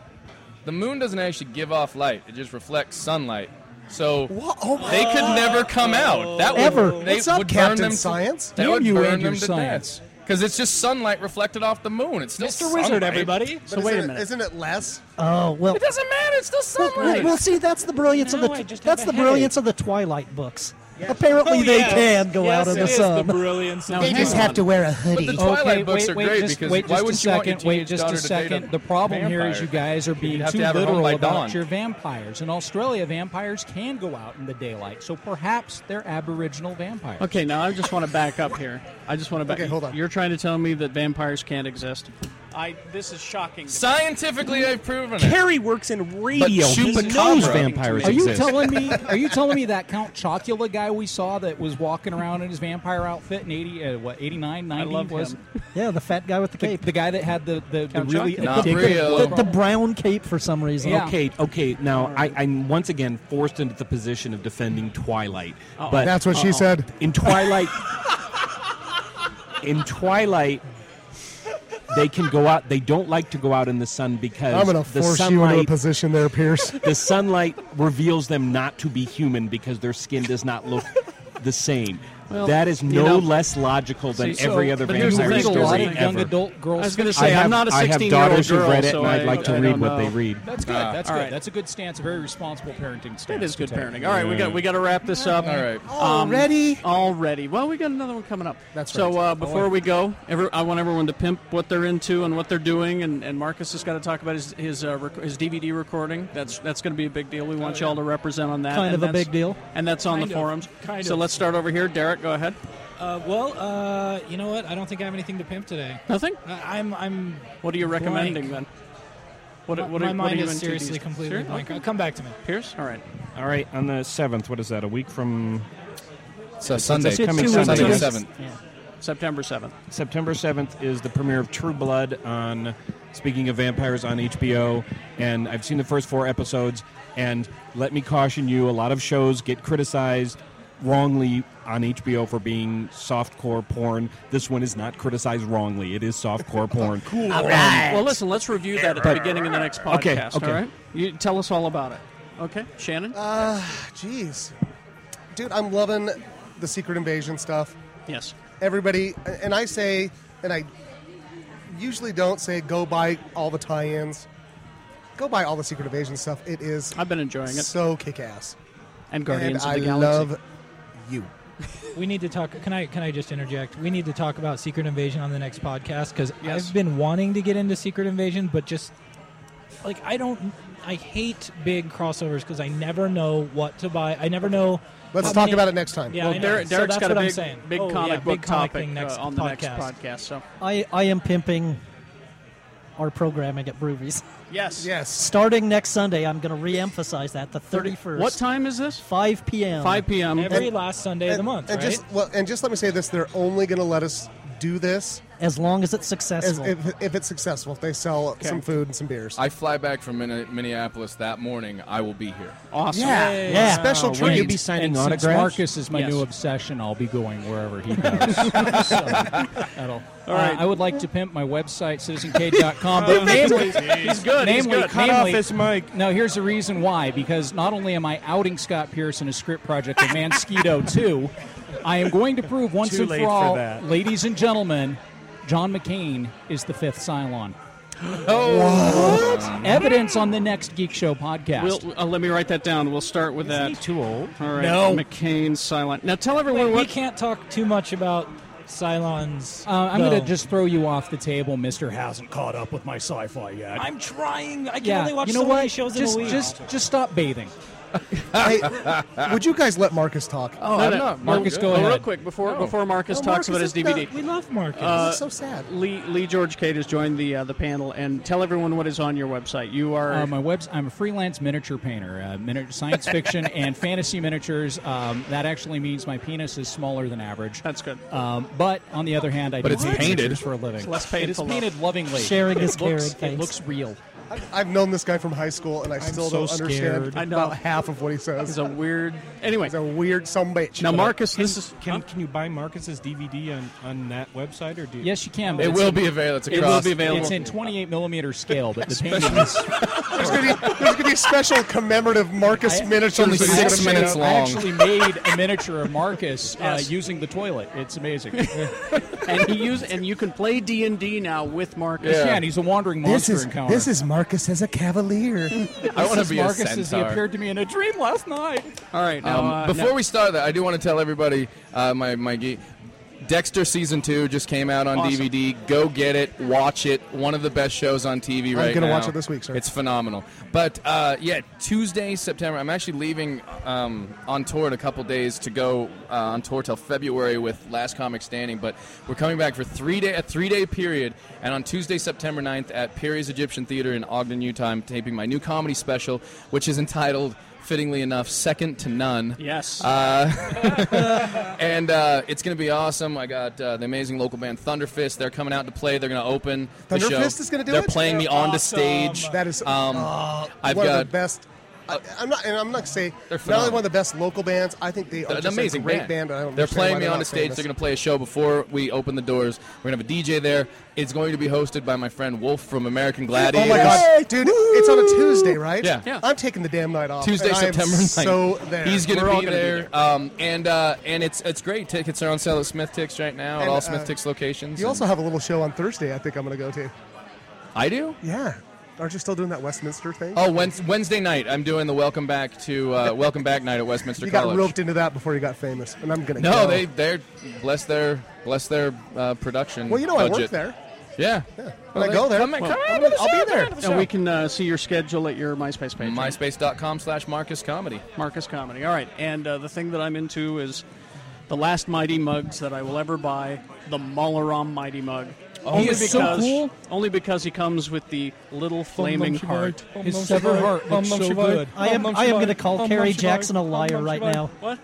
E: the moon doesn't actually give off light. It just reflects sunlight. So
B: What? Oh my!
E: they could never come out. That would,
B: Ever.
E: They
B: What's up,
E: would burn
B: Captain
E: them to-
B: Science?
E: that
C: Damn
E: would
C: you
E: burn
C: and your
E: them to
C: science.
E: Because it's just sunlight reflected off the moon. It's still
G: Mr. Wizard,
E: sunlight.
G: everybody.
A: So wait
B: isn't
A: a
B: it-
A: minute.
B: Isn't it less?
D: Oh well.
E: It doesn't matter. It's still
D: Well,
E: sunlight.
D: well, see, that's the brilliance
G: Now
D: of the
G: I just have
D: that's
G: a
D: the
G: headache.
D: brilliance of the Twilight books.
F: Oh,
D: Apparently, they
G: yes.
D: can go
G: Oh, Yes,
D: out in
G: it
D: the
G: is
D: sun.
G: The brilliance.
A: Now,
G: of
A: hang
G: the
A: on.
G: sun.
I: to wear a
E: But
I: hoodie.
E: the Twilight
C: okay,
E: books
C: wait,
E: are
C: wait,
E: great
C: just,
E: because
C: wait
E: why
C: just
E: would
C: a
E: you want your
C: second. Wait
E: teenage
C: just
E: daughter
C: a
E: to date
C: second.
E: a
C: the problem here is
E: vampire?
C: you guys are being
E: have
C: too
E: to have her home
C: literal
E: by
C: about
E: dawn.
C: your vampires. In Australia, vampires can go out in the daylight, so perhaps they're Aboriginal vampires.
A: Okay, now I just want to back up here. I just want to back.
B: Okay, hold on.
A: You're trying to tell me that vampires can't exist. I. This is shocking. To
E: Scientifically, I've proven it.
F: Carrie works in radio. He
E: Chupacabra-
F: knows vampires
C: Are you
F: exist.
C: telling me? Are you telling me that Count Chocula guy we saw that was walking around in his vampire outfit in eighty uh, what 89, 90
A: love
C: was
A: him.
D: Yeah, the fat guy with the
C: The,
D: cape,
C: the guy that had the the, the
A: Count
C: really
A: Chocula?
E: Not
C: addictive
E: real.
C: blood
D: the brown cape for some reason.
C: Yeah.
F: Okay, okay. Now I, I'm once again forced into the position of defending Twilight, but
B: That's what she said.
F: in Twilight, in Twilight, they can go out. They don't like to go out in the sun because
B: I'm going to
F: the
B: force you into a
F: sunlight
B: position there, Pierce.
F: the sunlight reveals them not to be human because their skin does not look the same. that is no
A: know-
F: less logical than
A: See, so-
F: every other
A: but here's the
F: vampire
A: thing,
C: a lot
F: story
A: Disney
C: of young
F: ever.
C: adult girls.
A: I was going to
C: fiction.
A: say, I'm not a
F: I have
A: 16 year old girl,
F: daughters who've read it,
A: so
F: and I'd
A: I-
F: like to
A: I
F: read
A: don't
F: what they
A: know.
F: read.
C: That's good.
E: Ah,
C: that's
A: all
C: good.
A: right.
C: That's a good stance. A very responsible parenting stance.
A: It is good
C: to take.
A: parenting. All right, we got we got to wrap this up.
E: All right.
A: Already, already. Well, we got another one coming up. That's right. So uh, before we go, every, I want everyone to pimp what they're into and what they're doing, and, and Marcus has got to talk about his his, uh, rec- his DVD recording. That's that's going to be a big deal. We want y'all to represent on that.
D: Kind
A: and
D: of a
A: that's-
D: big deal.
A: and that's on
G: Kind
A: the
G: of,
A: forums.
G: kind
A: so
G: of.
A: let's start over here. Derek, go ahead.
G: Uh, well, uh, you know what? I don't think I have anything to pimp today.
A: Nothing.
G: I, I'm I'm
A: What are you recommending then? What,
G: my,
A: what,
G: my
A: are, what
G: mind
A: are you
G: is
A: into
G: seriously
A: these-
G: completely
A: Serious?
G: blank. Uh, Come back to me.
A: Pierce. All right.
F: All right, on the seventh. What is that? A week from
E: So Sunday,
F: It's coming
E: Sunday
F: Sunday.
E: the seventh.
A: September seventh.
F: September seventh is the premiere of True Blood on. Speaking of vampires on HBO, and I've seen the first four episodes. And let me caution you: a lot of shows get criticized wrongly on HBO for being softcore porn. This one is not criticized wrongly; it is softcore porn. cool.
A: Well, listen, let's review that at the beginning of the next podcast.
F: Okay, okay.
A: All right. You tell us all about it. Okay, Shannon.
B: Jeez. Dude, I'm loving the Secret Invasion stuff.
A: yes.
B: Everybody, and I say, and I usually don't say go buy all the tie ins, go buy all the Secret Invasion stuff. It is
A: I've been enjoying it.
B: so kick ass.
A: and
B: And
A: Guardians
B: I
A: of the Galaxy.
B: love you.
G: We need to talk. Can I can I just interject? We need to talk about Secret Invasion on the next podcast because
A: Yes.
G: I've been wanting to get into Secret Invasion, but just like I don't, I hate big crossovers because I never know what to buy. I never know.
B: Let's
G: how
B: talk
G: many-
B: about it next time.
G: Yeah,
A: well,
G: I know.
A: Derek,
G: So
A: Derek's
G: that's
A: got a
G: what I'm
A: big,
G: saying.
A: big
G: Oh, yeah,
A: comic book
G: big comic
A: topic
G: thing next
A: uh, on the next podcast. So
D: I, I am pimping our programming at Broovies.
A: yes,
B: Yes.
D: Starting next Sunday, I'm going to re-emphasize that the 31st.
A: What time is this?
D: 5 p.m.
A: 5 p.m.
G: Every last Sunday of the month,
B: And
G: right?
B: just well, and just let me say this: they're only going to let us do this
D: as long as it's
B: as
D: successful.
B: if, if it's successful. If they sell some food and some beers.
E: I fly back from Minne- Minneapolis that morning. I will be here.
A: Awesome.
B: yeah.
D: Yeah.
B: Special
C: Will
B: treat.
C: you be signing
F: And since
C: autographs? Marcus is my new obsession. I'll be going wherever he goes. so, that'll-
A: All right.
C: Uh, I would like to pimp my website, citizencade.com. but namely,
F: he's
C: good. Namely,
F: Cut off
C: namely-
F: his mic.
C: No, here's the reason why. Because not only am I outing Scott Pierce in a script project of Mansquito 2, I am going to prove once
F: Too
C: and
F: late
C: for
F: for
C: all,
F: that.
C: ladies and gentlemen, John McCain is the fifth Cylon. Oh. Evidence on the next Geek Show podcast.
A: We'll, uh, let me write that down. We'll start with that.
F: too old.
A: All right.
C: No.
A: McCain silent. Now tell everyone
G: Wait, we
A: what.
G: can't talk too much about Cylons.
C: uh, I'm going
G: though.
C: to just throw you off the table. Mister hasn't caught up with my sci-fi yet.
G: I'm trying. I can
C: yeah,
G: only watch
C: you know
G: so
C: what?
G: many shows
C: just,
G: in a week.
C: Just, just stop bathing.
B: Hey, would you guys let Marcus talk?
E: Oh,
A: No,
E: I'm
A: no,
E: not.
C: Marcus,
E: no good.
C: go
A: Oh, real
C: ahead.
A: quick before before Oh, Marcus talks about his DVD.
G: we love Marcus.
E: Uh,
B: This is so sad.
A: Lee, Lee George Kate has joined the uh, the panel and tell everyone what is on your website. You are
G: Um,
C: Uh, my webs- I'm a freelance miniature painter, uh, mini- science fiction and fantasy miniatures. Um, that actually means my penis is smaller than average.
A: that's good.
C: Um, but on the other hand, I
E: But
C: do
E: it's
C: paint
E: painted.
C: miniatures for a living.
A: less
C: it is
A: painful, though.
C: painted lovingly.
D: Sharing
C: it looks,
D: is caring,
C: It
D: thanks.
C: looks real.
B: I've known this guy from high school, and I still
G: so
B: don't understand
G: scared.
A: I know.
B: about half of what he says.
A: He's a weird. Anyway,
B: He's a weird sumbitch.
A: now
B: But-
A: Marcus,
F: Can,
A: this is
F: can, can you buy Marcus's DVD on, on that website or do you?
C: Yes, you can. but
E: It
C: it's
E: will
C: in-
E: be available. It's
A: It
E: across.
A: will be available.
C: It's in 28 millimeter scale, but the painting is.
B: There's gonna be, there's gonna be special commemorative Marcus
C: I-
B: miniatures.
E: Only
B: that he's
E: six
B: gonna make
E: minutes
B: up.
E: long.
C: I actually made a miniature of Marcus uh, using the toilet. It's amazing. yeah,
A: and he use and you can play D and D now with Marcus.
E: Yeah.
C: and he's a wandering
B: This
C: monster
B: is
C: encounter.
B: this is Marcus as a cavalier.
E: I want to
C: This is
E: be
C: Marcus
E: a
C: as he
E: centaur.
C: appeared to me in a dream last night.
A: All right. Now,
E: Um,
A: uh,
E: before
A: now-
E: we start that, I do want to tell everybody uh, my my ge- Dexter season two just came out on
A: Awesome.
E: DVD. Go get it, watch it. One of the best shows on TV right now.
B: gonna watch it this week, sir.
E: It's phenomenal. But uh, yeah, Tuesday, September. I'm actually leaving um, on tour in a couple days to go uh, on tour till February with Last Comic Standing. But we're coming back for three day a three day period. And on Tuesday, September 9th at Perry's Egyptian Theater in Ogden, Utah, I'm taping my new comedy special, which is entitled. Fittingly enough, second to none.
A: yes,
C: Uh,
E: And uh, it's going to be awesome. I got uh, the amazing local band Thunderfist. They're coming out to play. They're going to open the show.
B: Thunderfist is gonna do
E: They're
B: it?
E: playing me on the
G: Awesome.
E: stage.
B: That is
E: Um,
B: uh,
E: I've
B: one
E: got-
B: of the best. I, I'm not, and I'm not gonna say
E: They're
B: not only
E: phenomenal.
B: one of the best local bands. I think they are
E: an
B: just a
E: amazing
B: great band. and I don't
E: they're
B: understand
E: playing
B: why
E: me
B: they're
E: on
B: not
E: the stage.
B: famous.
E: They're going to play a show before we open the doors. We're going to have a DJ there. It's going to be hosted by my friend Wolf from American Gladiator.
B: Oh my god, dude! It's on a Tuesday, right?
E: Yeah. Yeah.
B: I'm taking the damn night off.
E: Tuesday,
B: and I am
E: September 9th.
B: So there.
E: He's going
B: We're
E: to
B: all
E: be
B: gonna
E: there. Um, and uh, and it's it's great. Tickets are on sale at Smith Tix right now at
B: And,
E: all
B: uh,
E: Smith Tix locations.
B: You also
E: And-
B: have a little show on Thursday. I think I'm going to go to.
E: I do.
B: Yeah. Aren't you still doing that Westminster thing?
E: Oh, Wednes- Wednesday night, I'm doing the Welcome Back to uh, Welcome Back night at Westminster
B: you got
E: College.
B: roped into that before you got famous, and I'm going to.
E: No, they they're bless their bless their uh, production.
B: Well, you know, I work
E: budget.
B: there.
E: Yeah.
B: When I go there,
E: come, come
B: I'm
E: out
B: gonna-
E: to the
B: I'll
E: show,
B: be
E: come
B: there.
E: out to the
A: and
E: show.
A: we can uh, see your schedule at your MySpace page.
E: MySpace.com slash Marcus Comedy.
A: Marcus Comedy. All right, and uh, the thing that I'm into is the last Mighty Mugs that I will ever buy, the Malaram Mighty Mug. only
I: is
A: because
I: so cool.
A: only because he comes with the little flaming heart.
I: His severed heart looks so good.
D: I am, I am going to call Carrie Jackson a liar right now.
A: What?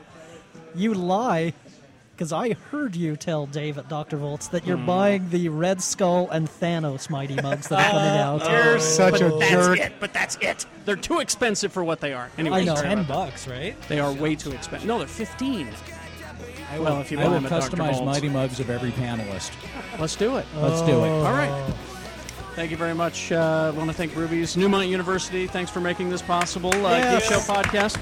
D: You lie, because I heard you tell Dave at Dr. Volts that
A: Hmm.
D: you're buying the Red Skull and Thanos Mighty Mugs that are
A: Oh,
D: coming out.
B: You're such a jerk.
A: but that's it. They're too expensive for what they are. Anyway,
D: I know.
A: sorry
G: Ten
A: about
G: bucks, right?
A: that. They are way too expensive. No, they're 15. well, if you
C: I
A: buy
C: will
A: them at Dr.
C: customize
A: Volts.
C: Mighty Mugs of every panelist.
A: Let's do it.
C: Let's do it.
A: All right. Thank you very much. Uh, I want to thank Ruby's Newmont University. Thanks for making this possible. Uh,
D: Yes.
A: Geek Show podcast.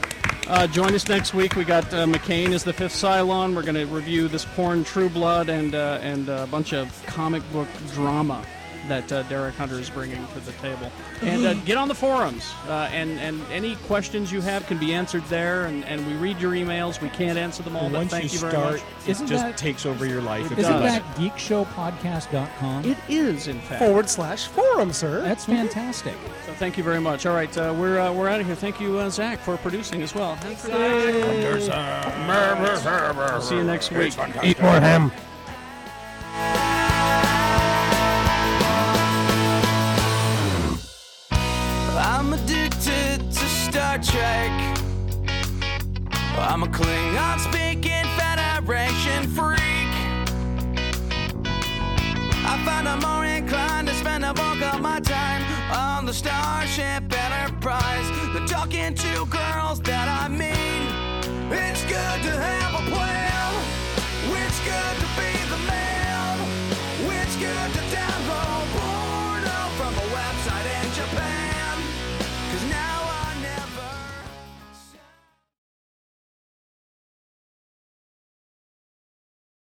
A: Uh, join us next week. We got uh, McCain as the fifth Cylon. We're going to review this porn, True Blood, and uh, and a bunch of comic book drama that uh, Derek Hunter is bringing to the table. And uh, get on the forums. Uh, and and any questions you have can be answered there. And, and we read your emails. We can't answer them all, but
F: Once
A: thank
F: you
A: you, very
F: start,
A: much.
F: it
C: Isn't
F: just
C: that-
F: takes over your life.
A: It
F: It
C: Isn't
A: does.
C: that geekshowpodcast.com?
A: It is, in fact.
B: Forward slash forum, sir.
C: That's fantastic.
A: So thank you very much. All right, uh, we're uh, we're out of here. Thank you, uh, Zach, for producing as well. Thanks for that. See you next week.
B: Eat more ham.
K: I'm addicted to Star Trek. I'm a Klingon speaking Federation freak.
E: find I'm more inclined to spend a bulk of my time on the Starship Enterprise than talking to girls that I meet.